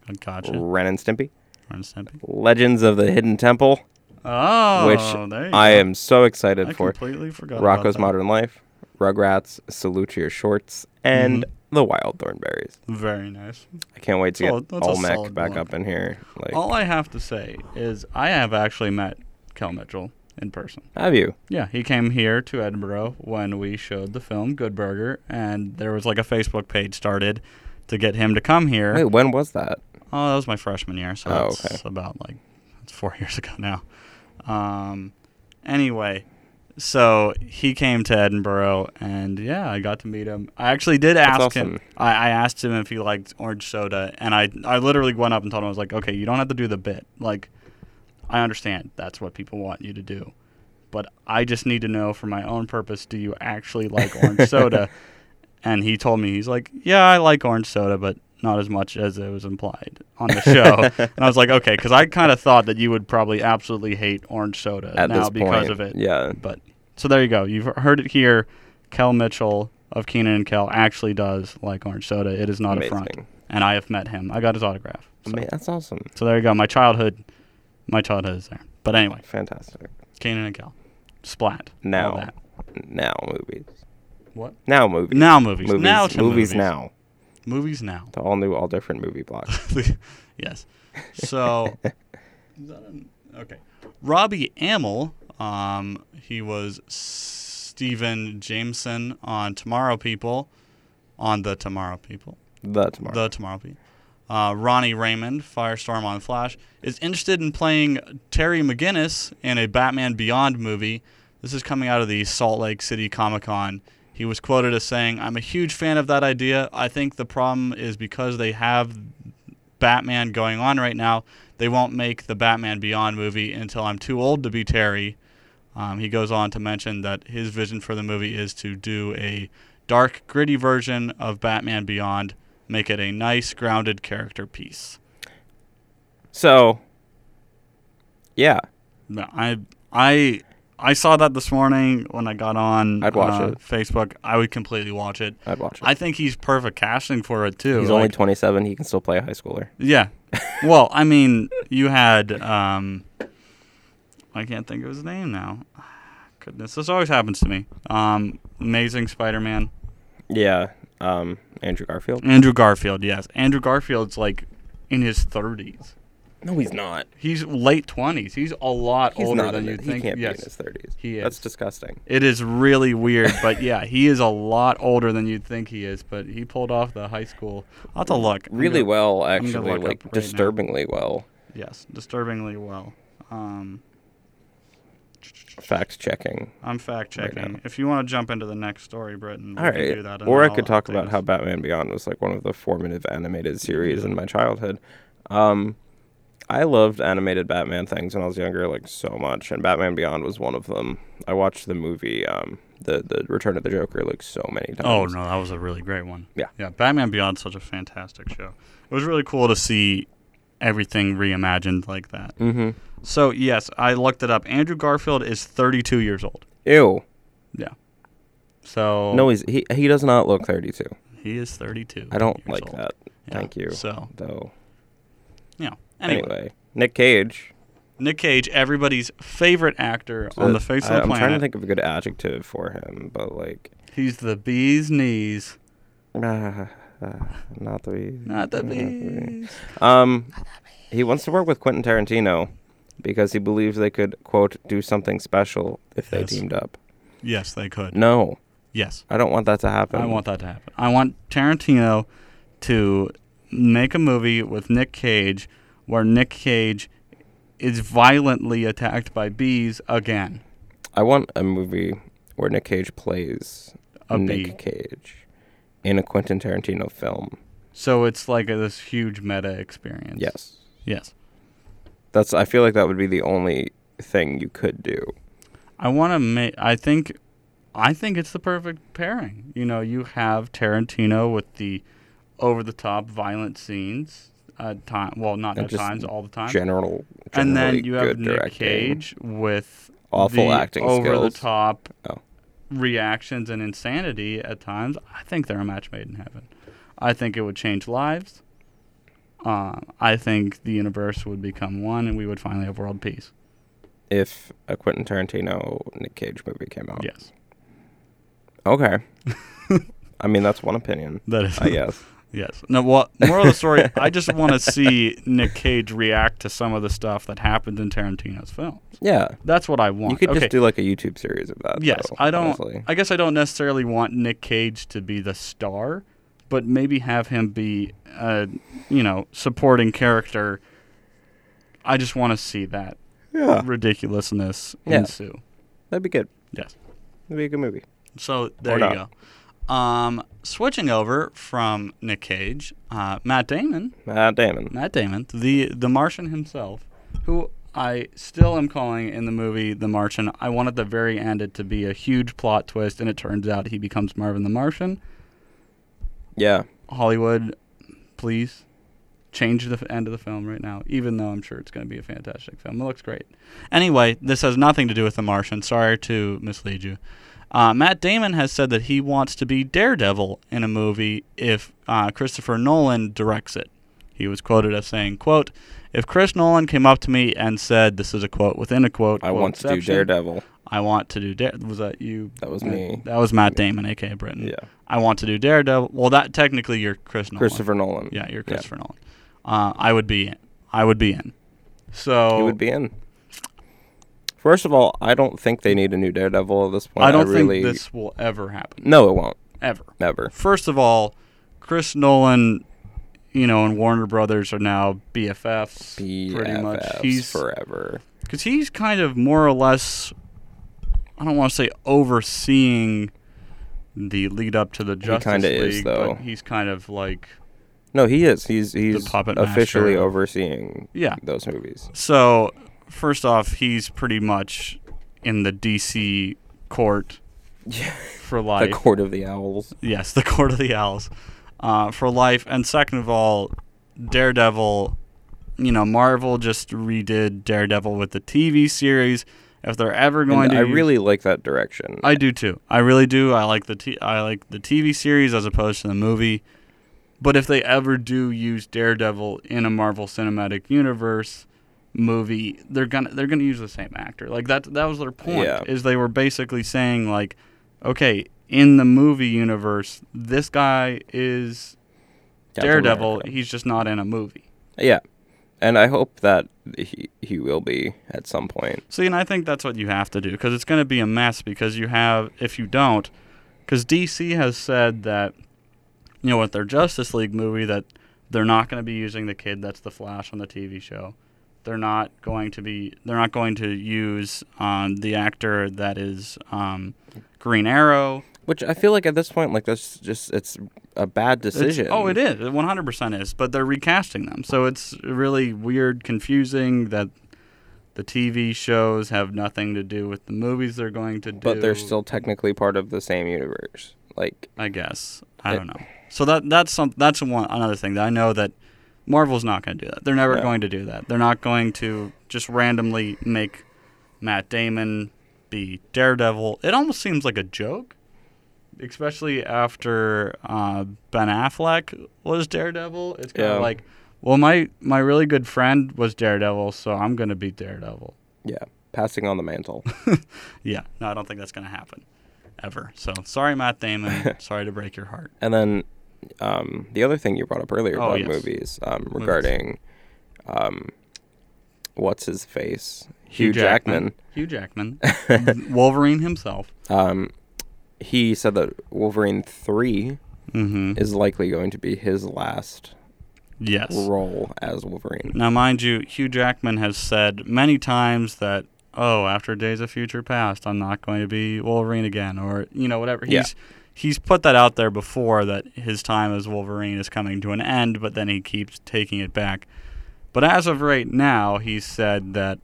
I gotcha. Ren and Stimpy, Ren Stimpy. Legends of the Hidden Temple, Oh, which there you I go. am so excited I for. completely forgot. about Rocco's that. Modern Life, Rugrats, Salute to Your Shorts, and Mm-hmm. The Wild Thornberries. Very nice. I can't wait to get That's all- Oh, that's a Olmec solid back block. up in here. Like, All I have to say is I have actually met Kel Mitchell in person. have you? Yeah, he came here to Edinburgh when we showed the film Good Burger, and there was like a Facebook page started to get him to come here. Wait, when was that? Oh, that was my freshman year, so Oh, that's okay. about like that's four years ago now. Um, anyway, so he came to Edinburgh, and yeah, I got to meet him. I actually did ask him. awesome. I, I asked him if he liked orange soda, and I I literally went up and told him I was like, okay, you don't have to do the bit. Like, I understand that's what people want you to do, but I just need to know for my own purpose, do you actually like orange soda? And he told me he's like, yeah, I like orange soda, but not as much as it was implied on the show. and I was like, okay, because I kind of thought that you would probably absolutely hate orange soda At now this because point, of it. yeah. But so there you go. You've heard it here. Kel Mitchell of Keenan and Kel actually does like orange soda. It is not a front. Amazing. And I have met him. I got his autograph. So, Man, that's awesome. so there you go. My childhood, my childhood is there. But anyway, Fantastic. Keenan and Kel, Splat. all Now, that. now movies. What? Now movies. Now movies. Movies, Now to movies, movies. now. Movies now. The all new, all different movie blocks. yes. So, is that an- okay. Robbie Amell, um, he was Stephen Jameson on Tomorrow People, on The Tomorrow People. the tomorrow. The Tomorrow People. Uh, Ronnie Raymond, Firestorm on Flash, is interested in playing Terry McGinnis in a Batman Beyond movie. This is coming out of the Salt Lake City Comic Con. He was quoted as saying, I'm a huge fan of that idea. I think the problem is because they have Batman going on right now, they won't make the Batman Beyond movie until I'm too old to be Terry. Um, he goes on to mention that his vision for the movie is to do a dark, gritty version of Batman Beyond, make it a nice, grounded character piece. so, yeah, No, I, I, I saw that this morning when I got on I'd watch uh, it. Facebook. I would completely watch it. I'd watch it. I think he's perfect casting for it too. He's only Like, 27. He can still play a high schooler. Yeah. Well, I mean, you had um I can't think of his name now. Goodness, this always happens to me. Um Amazing Spider-Man. Yeah. Um, Andrew Garfield. Andrew Garfield, yes. Andrew Garfield's like in his 30s. No, he's not. He's late 20s. He's a lot He's older not. than in you it. think. he can't be yes. in his 30s. He That's is. disgusting. It is really weird, but yeah, he is a lot older than you'd think he is, but he pulled off the high school. I'll have to look. I'm Really gonna- well, I'm gonna actually, look up like right now. disturbingly well. Yes, disturbingly well. Um Fact checking. I'm fact checking. now. if you want to jump into the next story, Britton, we All can right. do that. and Or I I'll could talk update about us. how Batman Beyond was like one of the formative animated series in my childhood. Um, I loved animated Batman things when I was younger, like so much, and Batman Beyond was one of them. I watched the movie, um, the the Return of the Joker, like so many times. Oh no, that was a really great one. Yeah. yeah. Batman Beyond's such a fantastic show. It was really cool to see everything reimagined like that. Mm-hmm. So yes, I looked it up. Andrew Garfield is 32 years old. Ew. Yeah. So No, he's he he does not look 32. he is 32. I don't years like old. that. Yeah, Thank you. So Though. yeah. Anyway, Anyway. Nick Cage. Nick Cage, everybody's favorite actor on the face I- of the I'm planet. trying to think of a good adjective for him, but like, He's the bee's knees, ah, ah, not the not the bees. Um, he wants to work with Quentin Tarantino because he believes they could quote do something special if they Yes. teamed up. Yes, they could. No, Yes. I don't want that to happen. I want that to happen. I want Tarantino to make a movie with Nick Cage where Nick Cage is violently attacked by bees again. I want a movie where Nick Cage plays A bee. Nick Cage in a Quentin Tarantino film. So it's like a, this huge meta experience. Yes, Yes. that's. I feel like that would be the only thing you could do. I want to make. I think, I think it's the perfect pairing. You know, you have Tarantino with the over-the-top violent scenes at time. Well, not And at just times, all the time. General, and then generally you have good Nick directing. Cage with Awful the acting over skills. the top Oh. reactions and insanity at times. I think they're a match made in heaven. I think it would change lives. Uh, I think the universe would become one, and we would finally have world peace. If a Quentin Tarantino Nick Cage movie came out, Yes, Okay. I mean, that's one opinion. that is. I guess. Yes. No. Well, moral of the story. I just want to see Nick Cage react to some of the stuff that happens in Tarantino's films. Yeah. That's what I want. You could okay. just do like a YouTube series of that. Yes, though, I don't. honestly. I guess I don't necessarily want Nick Cage to be the star, but maybe have him be a you know supporting character. I just want to see that Yeah. ridiculousness Yeah. ensue. That'd be good. Yes. That'd be a good movie. So there Or you not. go. Um, switching over from Nick Cage, uh, Matt Damon, Matt Damon. Matt Damon, the the Martian himself, who I still am calling in the movie The Martian. I want at the very end it to be a huge plot twist, and it turns out he becomes Marvin the Martian. Yeah. Hollywood, please change the f- end of the film right now, even though I'm sure it's going to be a fantastic film. It looks great. Anyway, this has nothing to do with The Martian. Sorry to mislead you. Uh, Matt Damon has said that he wants to be Daredevil in a movie if uh, Christopher Nolan directs it. He was quoted as saying, "Quote: If Chris Nolan came up to me and said, this is a quote within a quote, I want to do quoteception, Daredevil. I want to do Dare. Was that you? That was me. That was Matt Damon, aka Britain. Yeah. I want to do Daredevil. Well, that technically you're Chris Nolan. Christopher Nolan. Yeah, you're Christopher Nolan. Uh, I would be. In. I would be in. So He would be in. First of all, I don't think they need a new Daredevil at this point. I don't really, think this will ever happen. No, it won't. Ever. Never. First of all, Chris Nolan, you know, and Warner Brothers are now BFFs. pretty much. BFFs He's forever. because he's kind of more or less I don't want to say overseeing the lead up to the Justice kinda League, is, though. but he's kind of like No, he is. He's he's puppet officially master. overseeing Yeah. those movies. so. First off, he's pretty much in the DC court for The life. Court of the Owls. Yes, the Court of the Owls uh, for life. And second of all, Daredevil, you know, Marvel just redid Daredevil with the TV series. If they're ever And going to, I use- really like that direction. I do too. I really do. I like the t- I like the TV series as opposed to the movie. But if they ever do use Daredevil in a Marvel Cinematic Universe movie, they're gonna they're gonna use the same actor. Like that that was their point. Yeah. Is they were basically saying like, okay, in the movie universe, this guy is Captain Daredevil. America. He's just not in a movie. Yeah, and I hope that he he will be at some point. See, and I think that's what you have to do because it's going to be a mess because you have, if you don't, because DC has said that, you know, with their Justice League movie, that they're not going to be using the kid that's the Flash on the TV show. They're not going to be. They're not going to use um, the actor that is um, Green Arrow. Which I feel like at this point, like that's just it's a bad It's- decision. oh, it is. It 100% is. But they're recasting them. So it's really weird, confusing that the TV shows have nothing to do with the movies they're going to do. But they're still technically part of the same universe. Like I guess. I It- don't know. So that that's some that's one another thing that I know that Marvel's not going to do that. They're never No. going to do that. They're not going to just randomly make Matt Damon be Daredevil. It almost seems like a joke, especially after uh, Ben Affleck was Daredevil. It's kind Yeah. of like, well, my my really good friend was Daredevil, so I'm going to be Daredevil. yeah, passing on the mantle. Yeah. No, I don't think that's going to happen ever. So sorry, Matt Damon. sorry to break your heart. and then um, the other thing you brought up earlier Oh, about yes. movies um, regarding um, what's his face Hugh, Jackman. Hugh Jackman. Wolverine himself. Um, he said that Wolverine 3 Mm-hmm. is likely going to be his last Yes. role as Wolverine. Now, mind you, Hugh Jackman has said many times that, oh, after Days of Future Past, I'm not going to be Wolverine again, or you know, whatever. He's Yeah. he's put that out there before that his time as Wolverine is coming to an end, but then he keeps taking it back. But as of right now, he's said that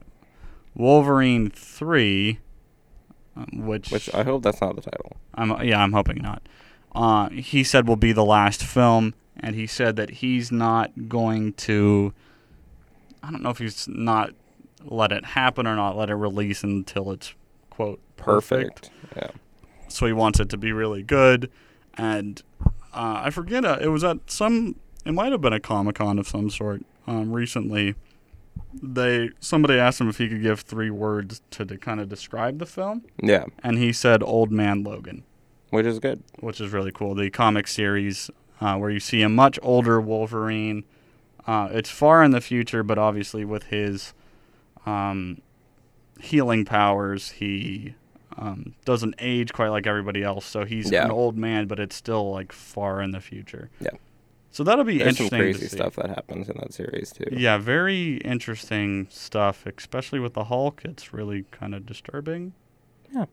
Wolverine three, um, Which I hope that's not the title. I'm yeah, I'm hoping not. Uh, he said will be the last film, and he said that he's not going to. I don't know if he's not let it happen or not let it release until it's quote Perfect. Yeah. so he wants it to be really good. And uh, I forget uh, it was at some. It might have been a Comic Con of some sort um, recently. They somebody asked him if he could give three words to, to kind of describe the film, Yeah. and he said "Old Man Logan." Which is good. which is really cool. The comic series uh, where you see a much older Wolverine. Uh, it's far in the future, but obviously with his um, healing powers, he um, doesn't age quite like everybody else. So he's Yeah. an old man, but it's still like far in the future. Yeah. So that'll be There's some interesting. crazy to see. stuff that happens in that series too. Yeah, very interesting stuff, especially with the Hulk. It's really kind of disturbing. Yeah.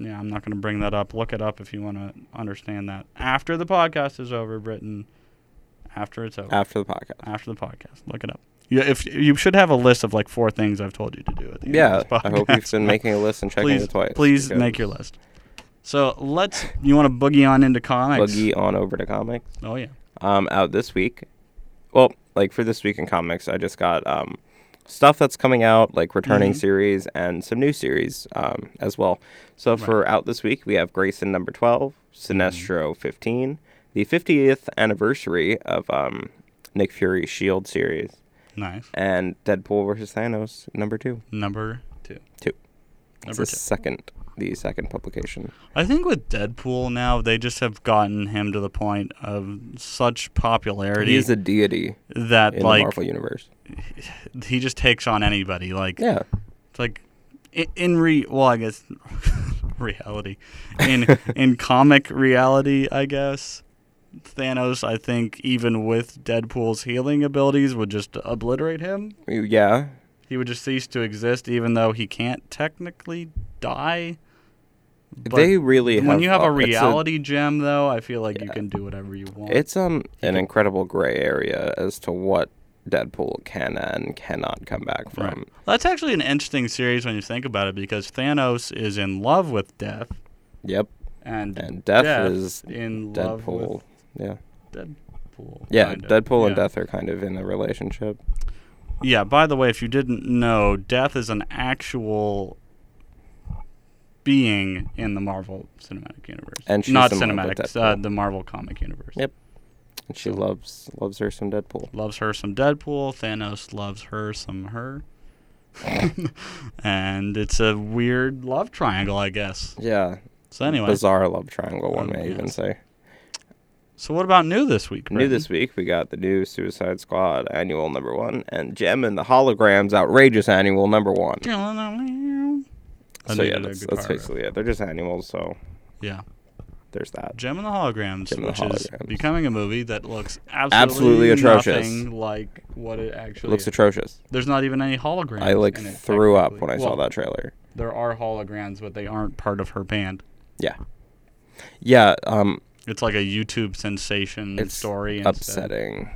Yeah, I'm not going to bring that up. Look it up if you want to understand that. After the podcast is over, Britain. After it's over. After the podcast. After the podcast, look it up. Yeah, if you should have a list of like four things I've told you to do at the end Yeah. of this I hope you've podcast. been making a list and checking please, it twice. Please because make your list. So let's. You want to boogie on into comics? Boogie on over to comics. Oh yeah. Um, out this week. Well, like for this week in comics, I just got um, stuff that's coming out, like returning Mm-hmm. series and some new series um, as well. So for out this week, we have Grayson number Mm-hmm. twelve, Sinestro fifteen, the fiftieth anniversary of um, Nick Fury Shield series, Nice. and Deadpool versus Thanos number two. Number two. Two. It's Number the two. second, the second publication. I think with Deadpool now, they just have gotten him to the point of such popularity He is a deity that in the like Marvel universe. he just takes on anybody. Like Yeah, it's like i- in re well, I guess reality in in comic reality, I guess. Thanos, I think, even with Deadpool's healing abilities, would just obliterate him. yeah. He would just cease to exist, even though he can't technically die. But they really when you have a uh, it's reality gem, though, I feel like you Yeah. can do whatever you want. It's um an incredible gray area as to what Deadpool can and cannot come back from. Right. That's actually an interesting series when you think about it because Thanos is in love with death, Yep. and, And Death is in love Deadpool. with Yeah. Deadpool. Yeah, kind of. Deadpool and Yeah. Death are kind of in a relationship. Yeah. By the way, if you didn't know, Death is an actual being in the Marvel Cinematic Universe, And she's not in love with cinematic, uh, Deadpool. the Marvel comic universe. Yep. And she loves loves her some Deadpool. Loves her some Deadpool. Thanos loves her some her. and it's a weird love triangle, I guess. Yeah. So anyway, Bizarre love triangle one may even Oh, yes. say. so what about new this week? New Britton? this week we got the new Suicide Squad annual number one and Gem and the Holograms outrageous annual number one. I so needed yeah, a that's, good that's paragraph. basically it. They're just annuals, so Yeah. there's that. Gem and the Holograms, Gem and the which is Holograms. becoming a movie that looks absolutely, Absolutely atrocious. nothing like what it actually Looks is. atrocious. There's not even any holograms. I like in it, threw up technically. when I saw Well, that trailer. There are holograms, but they aren't part of her band. Yeah. Yeah, um It's like a YouTube sensation it's story. instead. upsetting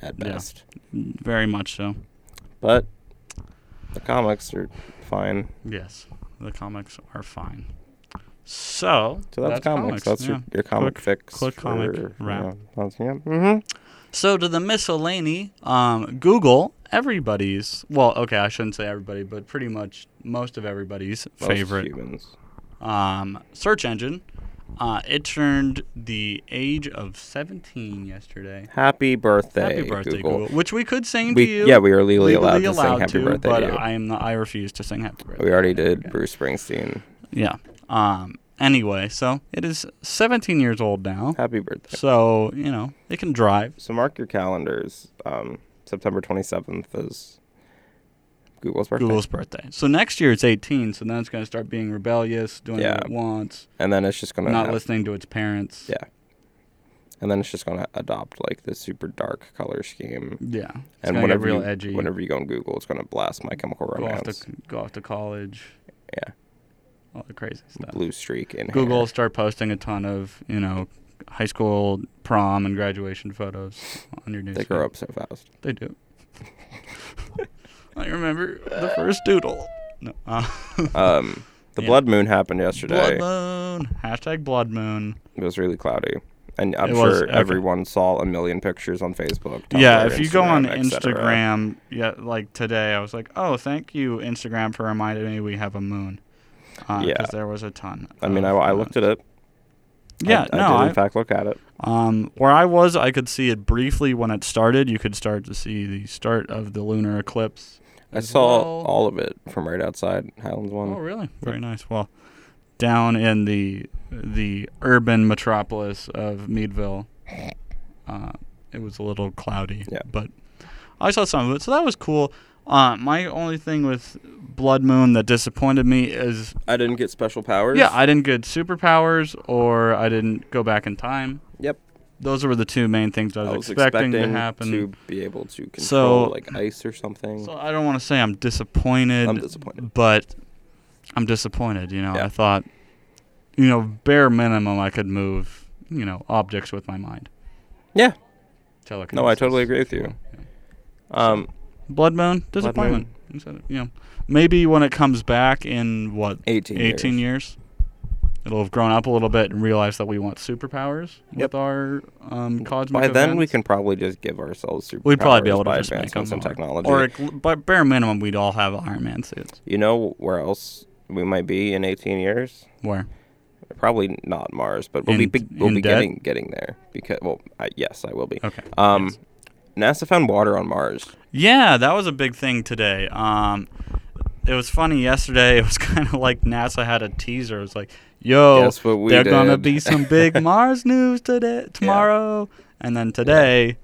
at Yeah. best. Very much so. But the comics are fine. Yes, the comics are fine. So, So that's, comics. That's your, yeah. your comic Quick- fix. Quick comic for- wrap. Yeah, that's- yeah, mhm. So to the miscellany, um, Google everybody's. Well, okay, I shouldn't say everybody, but pretty much most of everybody's Most favorite humans. um, search engine. Uh, it turned the age of 17 yesterday. Happy birthday, Happy birthday, Google. Which we could sing We- to you. yeah, we are legally allowed to sing happy to, birthday But to you. I am not, I refuse to sing happy birthday. We already did Bruce Springsteen. Yeah. Um. Anyway, so it is 17 years old now. Happy birthday. So you know it can drive. So mark your calendars. Um, September 27th is Google's birthday. Google's birthday. So next year it's 18, so then it's going to start being rebellious, doing Yeah. what it wants, and then it's just going to not listening to its parents. Yeah. And then it's just going to adopt like the super dark color scheme. Yeah. It's and gonna whenever get real you, edgy. whenever you go on Google, it's going to blast My Chemical go off, Romance. to, go off to college, yeah. all the crazy stuff. Blue streak in Google will hair. start posting a ton of, you know, high school prom and graduation photos on your news. They grow up so fast. They do. I remember the first doodle. No. Uh, Um, the Yeah. blood moon happened Blood yesterday. Moon. Hashtag Blood Moon. It was really cloudy, and I'm It sure was, okay. everyone saw a million pictures on Facebook. yeah, Tumblr, if you go on Instagram, et cetera. Instagram, yeah, like today, I was like, oh, thank you, Instagram, for reminding me we have a moon. Uh, Yeah. because there was a ton. I mean, I, of I moons. looked at it. I- uh, Yeah, I, no, did I, in fact look at it. um, where I was, I could see it briefly when it started. You could start to see the start of the lunar eclipse. I as saw well. all of it from right outside Highlands One. Oh, really? Very nice. Well, down in the the urban metropolis of Meadville, uh, it was a little cloudy. Yeah. But I saw some of it, so that was cool. Uh, my only thing with Blood Moon that disappointed me is, I didn't get special powers. yeah, I didn't get superpowers or I didn't go back in time. yep. Those were the two main things I was, I was expecting, expecting, to happen. to be able to control So- like ice or something. So I don't want to say I'm disappointed. I'm disappointed. But I'm disappointed. You know, Yeah. I thought, you know, bare minimum, I could move, you know, objects with my mind. yeah. Telekinesis. No, I totally agree with you. Um, Blood Moon, disappointment. Instead of- You know, maybe when it comes back in what 18 18 years. It'll have grown up a little bit and realized that we want superpowers Yep. with our um, cosmic. by then we events. can probably just give ourselves superpowers We'd probably be able to by just make them advancements in more. technology. Or, at l- but bare minimum, we'd all have Iron Man suits. You know where else we might be in 18 years? Where? Probably not Mars, but we'll be In- be we'll in be debt? getting getting there because well, I, yes, I will be. Okay. Um, Yes. NASA found water on Mars. Yeah, that was a big thing today. Um, it was funny yesterday. It was kind of like NASA had a teaser. It was like, "Yo, Guess what we there gonna did." be some big Mars news today, tomorrow." And then today,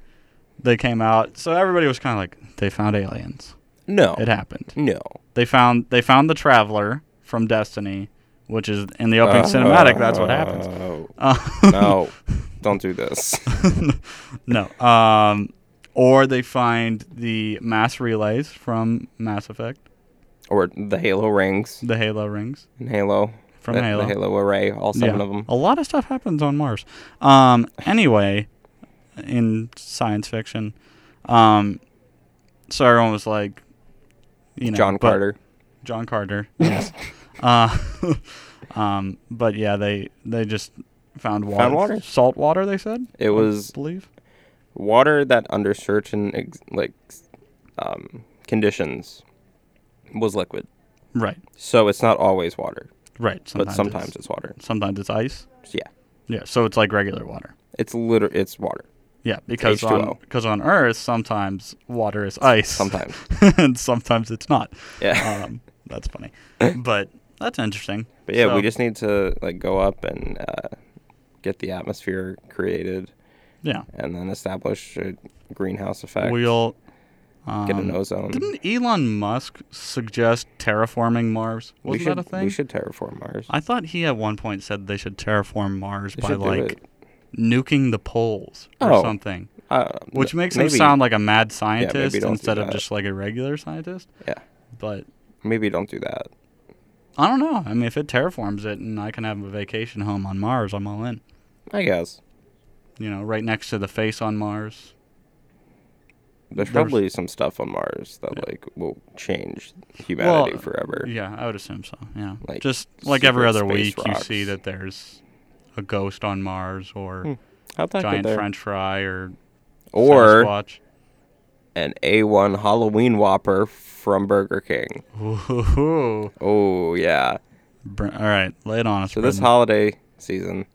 they came out. So everybody was kind of like, "They found aliens. No. It happened. No. They found they found the Traveler from Destiny, which is in the opening cinematic. That's what happens. Oh, Uh, no. Don't do this. no. Um, or they find the mass relays from Mass Effect, Or the Halo rings the Halo rings. and Halo. From the, Halo. The Halo array, all seven Yeah. of them. A lot of stuff happens on Mars. Um, anyway, in science fiction, um, so everyone was like, you know, John but- Carter. John Carter. Yes. uh, um, but yeah, they they just found water, Found water. salt water. They said It I was- believe. water that under certain ex- like um, conditions was liquid. Right, So it's not always water, right. but sometimes it's, water. sometimes it's ice. Yeah, Yeah, so it's like regular water. it's liter- it's water Yeah, because on H2O. because on Earth sometimes water is ice, sometimes. and sometimes it's not. yeah, Um, that's funny, but that's interesting. but yeah, So- we just need to like go up and uh, get the atmosphere created, yeah and then establish a greenhouse effect. we'll um, get an ozone. Didn't Elon Musk suggest terraforming Mars? we Wasn't should that a thing? we should terraform Mars. I thought he at one point said they should terraform Mars They by should do like it. nuking the poles or Oh. something, Uh, which m- makes him maybe- sound like a mad scientist don't do instead of that. just like a regular scientist. yeah. But Maybe don't do that. I don't know. I mean, if it terraforms it and I can have a vacation home on Mars, I'm all in. I guess You know, right next to the face on Mars. there's There's- probably some stuff on Mars that like will change humanity forever. Yeah, I would assume so. Yeah, Like, just like every secret other space week, you see rocks. that there's a ghost on Mars or How'd that get giant there? French fry or Or Sasquatch. an A1 Halloween Whopper from Burger King. Ooh. Oh yeah. Br- all right, lay it on us. So this Brendan. holiday season,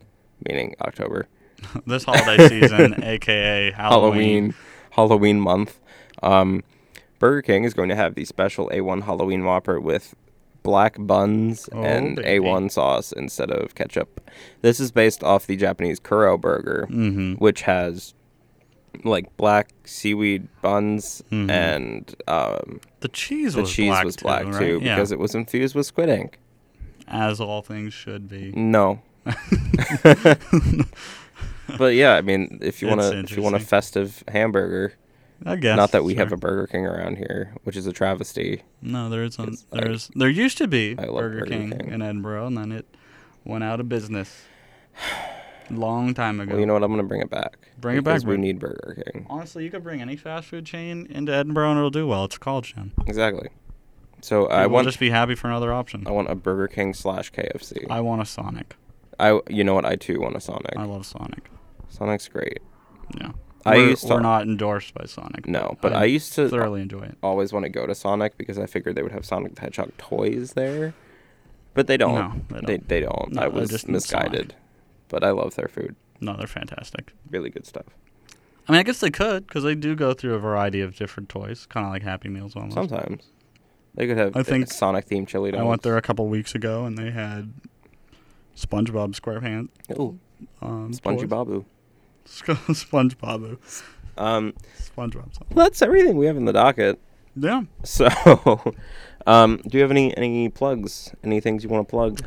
meaning October, this holiday season, aka Halloween, Halloween, Halloween month, um, Burger King is going to have the special A1 Halloween Whopper with black buns Oh, and baby. A1 sauce instead of ketchup. This is based off the Japanese Kuro burger, Mm-hmm. which has like black seaweed buns and um, the cheese the Mm-hmm. was cheese black was too, black right? too yeah. because it was infused with squid ink. as all things should be. No. but yeah, I mean, if you want It's to, if you want a interesting. festive hamburger, I guess. not that we have sure. a Burger King around here, which is a travesty. No, there isn't. It's like- There's there used to be I love Burger, Burger King, King. in Edinburgh, and then it went out of business. Long time ago. Well, you know what? I'm gonna bring it back. Bring it because back, We bro. need Burger King. Honestly, you could bring any fast food chain into Edinburgh and it'll do well. It's a college town. Exactly. So I People will want just be happy for another option. I want a Burger King slash KFC. I want a Sonic. I you know what? I too want a Sonic. I love Sonic. Sonic's great. Yeah. I we're, used to- we're not endorsed by Sonic. No, but I used to- thoroughly enjoy it. Always want to go to Sonic because I figured they would have Sonic the Hedgehog toys there, but they don't. No, they They, don't. they don't. No, I they're was just in Sonic. misguided, but I love their food. No, they're fantastic. Really good stuff. I mean, I guess they could because they do go through a variety of different toys, kind of like Happy Meals almost. Sometimes they could have. I think Sonic themed chili dogs. I went there a couple weeks ago and they had SpongeBob SquarePants. Ooh, Um, Spongy toys. Babu. SpongeBob. Um, SpongeBob. Something. well, that's everything we have in the docket. Yeah. So, um, do you have any any plugs? Any things you want to plug?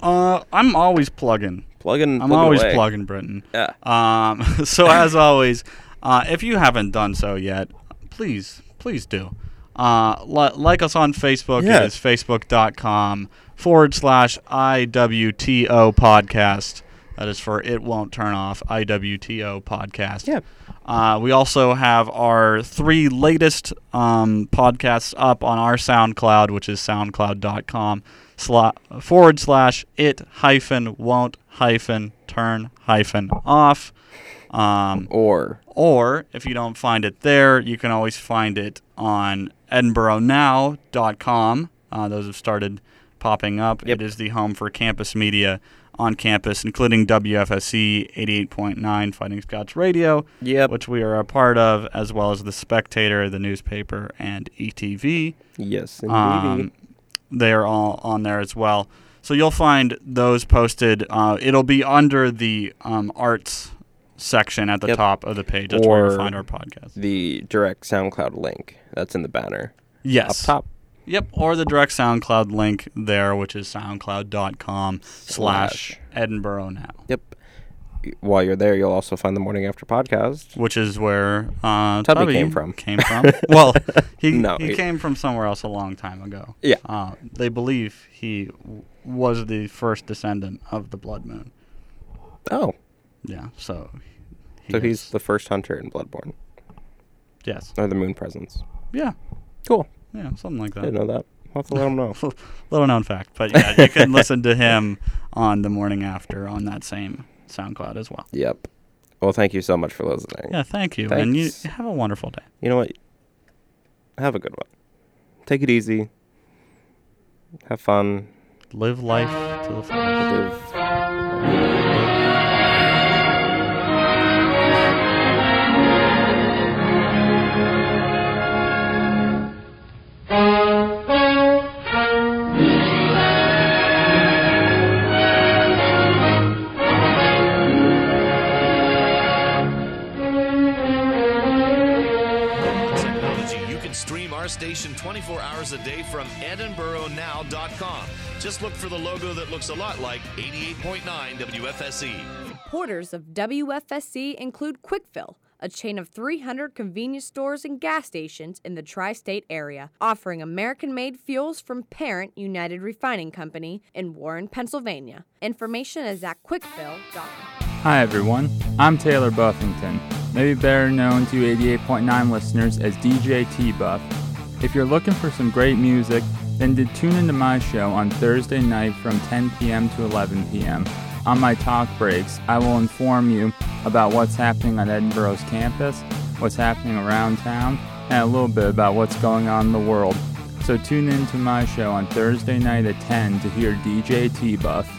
Uh, I'm always plugging. Plug in. I'm plug it always away. plugging Britain. Yeah. Um, so as always, uh, if you haven't done so yet, please, please do. Uh, li- like us on Facebook. Yeah. It is facebook.com forward slash IWTO podcast. That is for It Won't Turn Off, IWTO podcast. Yeah. Uh, we also have our three latest um, podcasts up on our SoundCloud, which is soundcloud.com sla- forward slash it hyphen won't hyphen turn hyphen off. Um, Or or if you don't find it there, you can always find it on edinburghnow.com. Uh, those have started popping up. It is the home for campus media. on campus, including WFSC 88.9 Fighting Scots Radio, Yep. which we are a part of, as well as The Spectator, the newspaper, and E ETV. Yes, indeedy. Um, Mm-hmm. they are all on there as well. So you'll find those posted. Uh, it'll be under the um, arts section at the Yep. top of the page. That's where Or- you find our podcast. the direct SoundCloud link that's in the banner Yes. up top. Yep. Or the direct SoundCloud link there, which is soundcloud.com Slash. slash Edinburgh Now, Yep. While you're there, you'll also find the morning after podcast. which is where uh, Tubby came from. Came from. well, he, No, he it- came from somewhere else a long time ago. Yeah. Uh, they believe he w- was the first descendant of the Blood Moon. Oh, Yeah. So. he so is- he's the first hunter in Bloodborne, Yes. or the Moon Presence. Yeah. Cool. Yeah. Something like I didn't that. know that. I'll have to let him know. Little known fact, but yeah, you can listen to him on the morning after on that same SoundCloud as well. Yep. Well, thank you so much for listening. Yeah. Thank you, and you Thanks. have a wonderful day. You know what? Have a good one. Take it easy. Have fun. Live life to the fullest. Live. technology, you can stream our station 24 hours a day from edinburghnow.com. Just look for the logo that looks a lot like 88.9 WFSE. Supporters of WFSC include Quickfill, a chain of 300 convenience stores and gas stations in the tri state area, offering American made fuels from parent United Refining Company in Warren, Pennsylvania. Information is at quickfill.com. Hi everyone, I'm Taylor Buffington, maybe better known to 88.9 listeners as DJ T Buff. If you're looking for some great music, then did tune into my show on Thursday night from 10 p.m. to 11 p.m. On my talk breaks, I will inform you about what's happening on Edinburgh's campus, what's happening around town, and a little bit about what's going on in the world. So tune in to my show on Thursday night at 10 to hear DJ T Buff.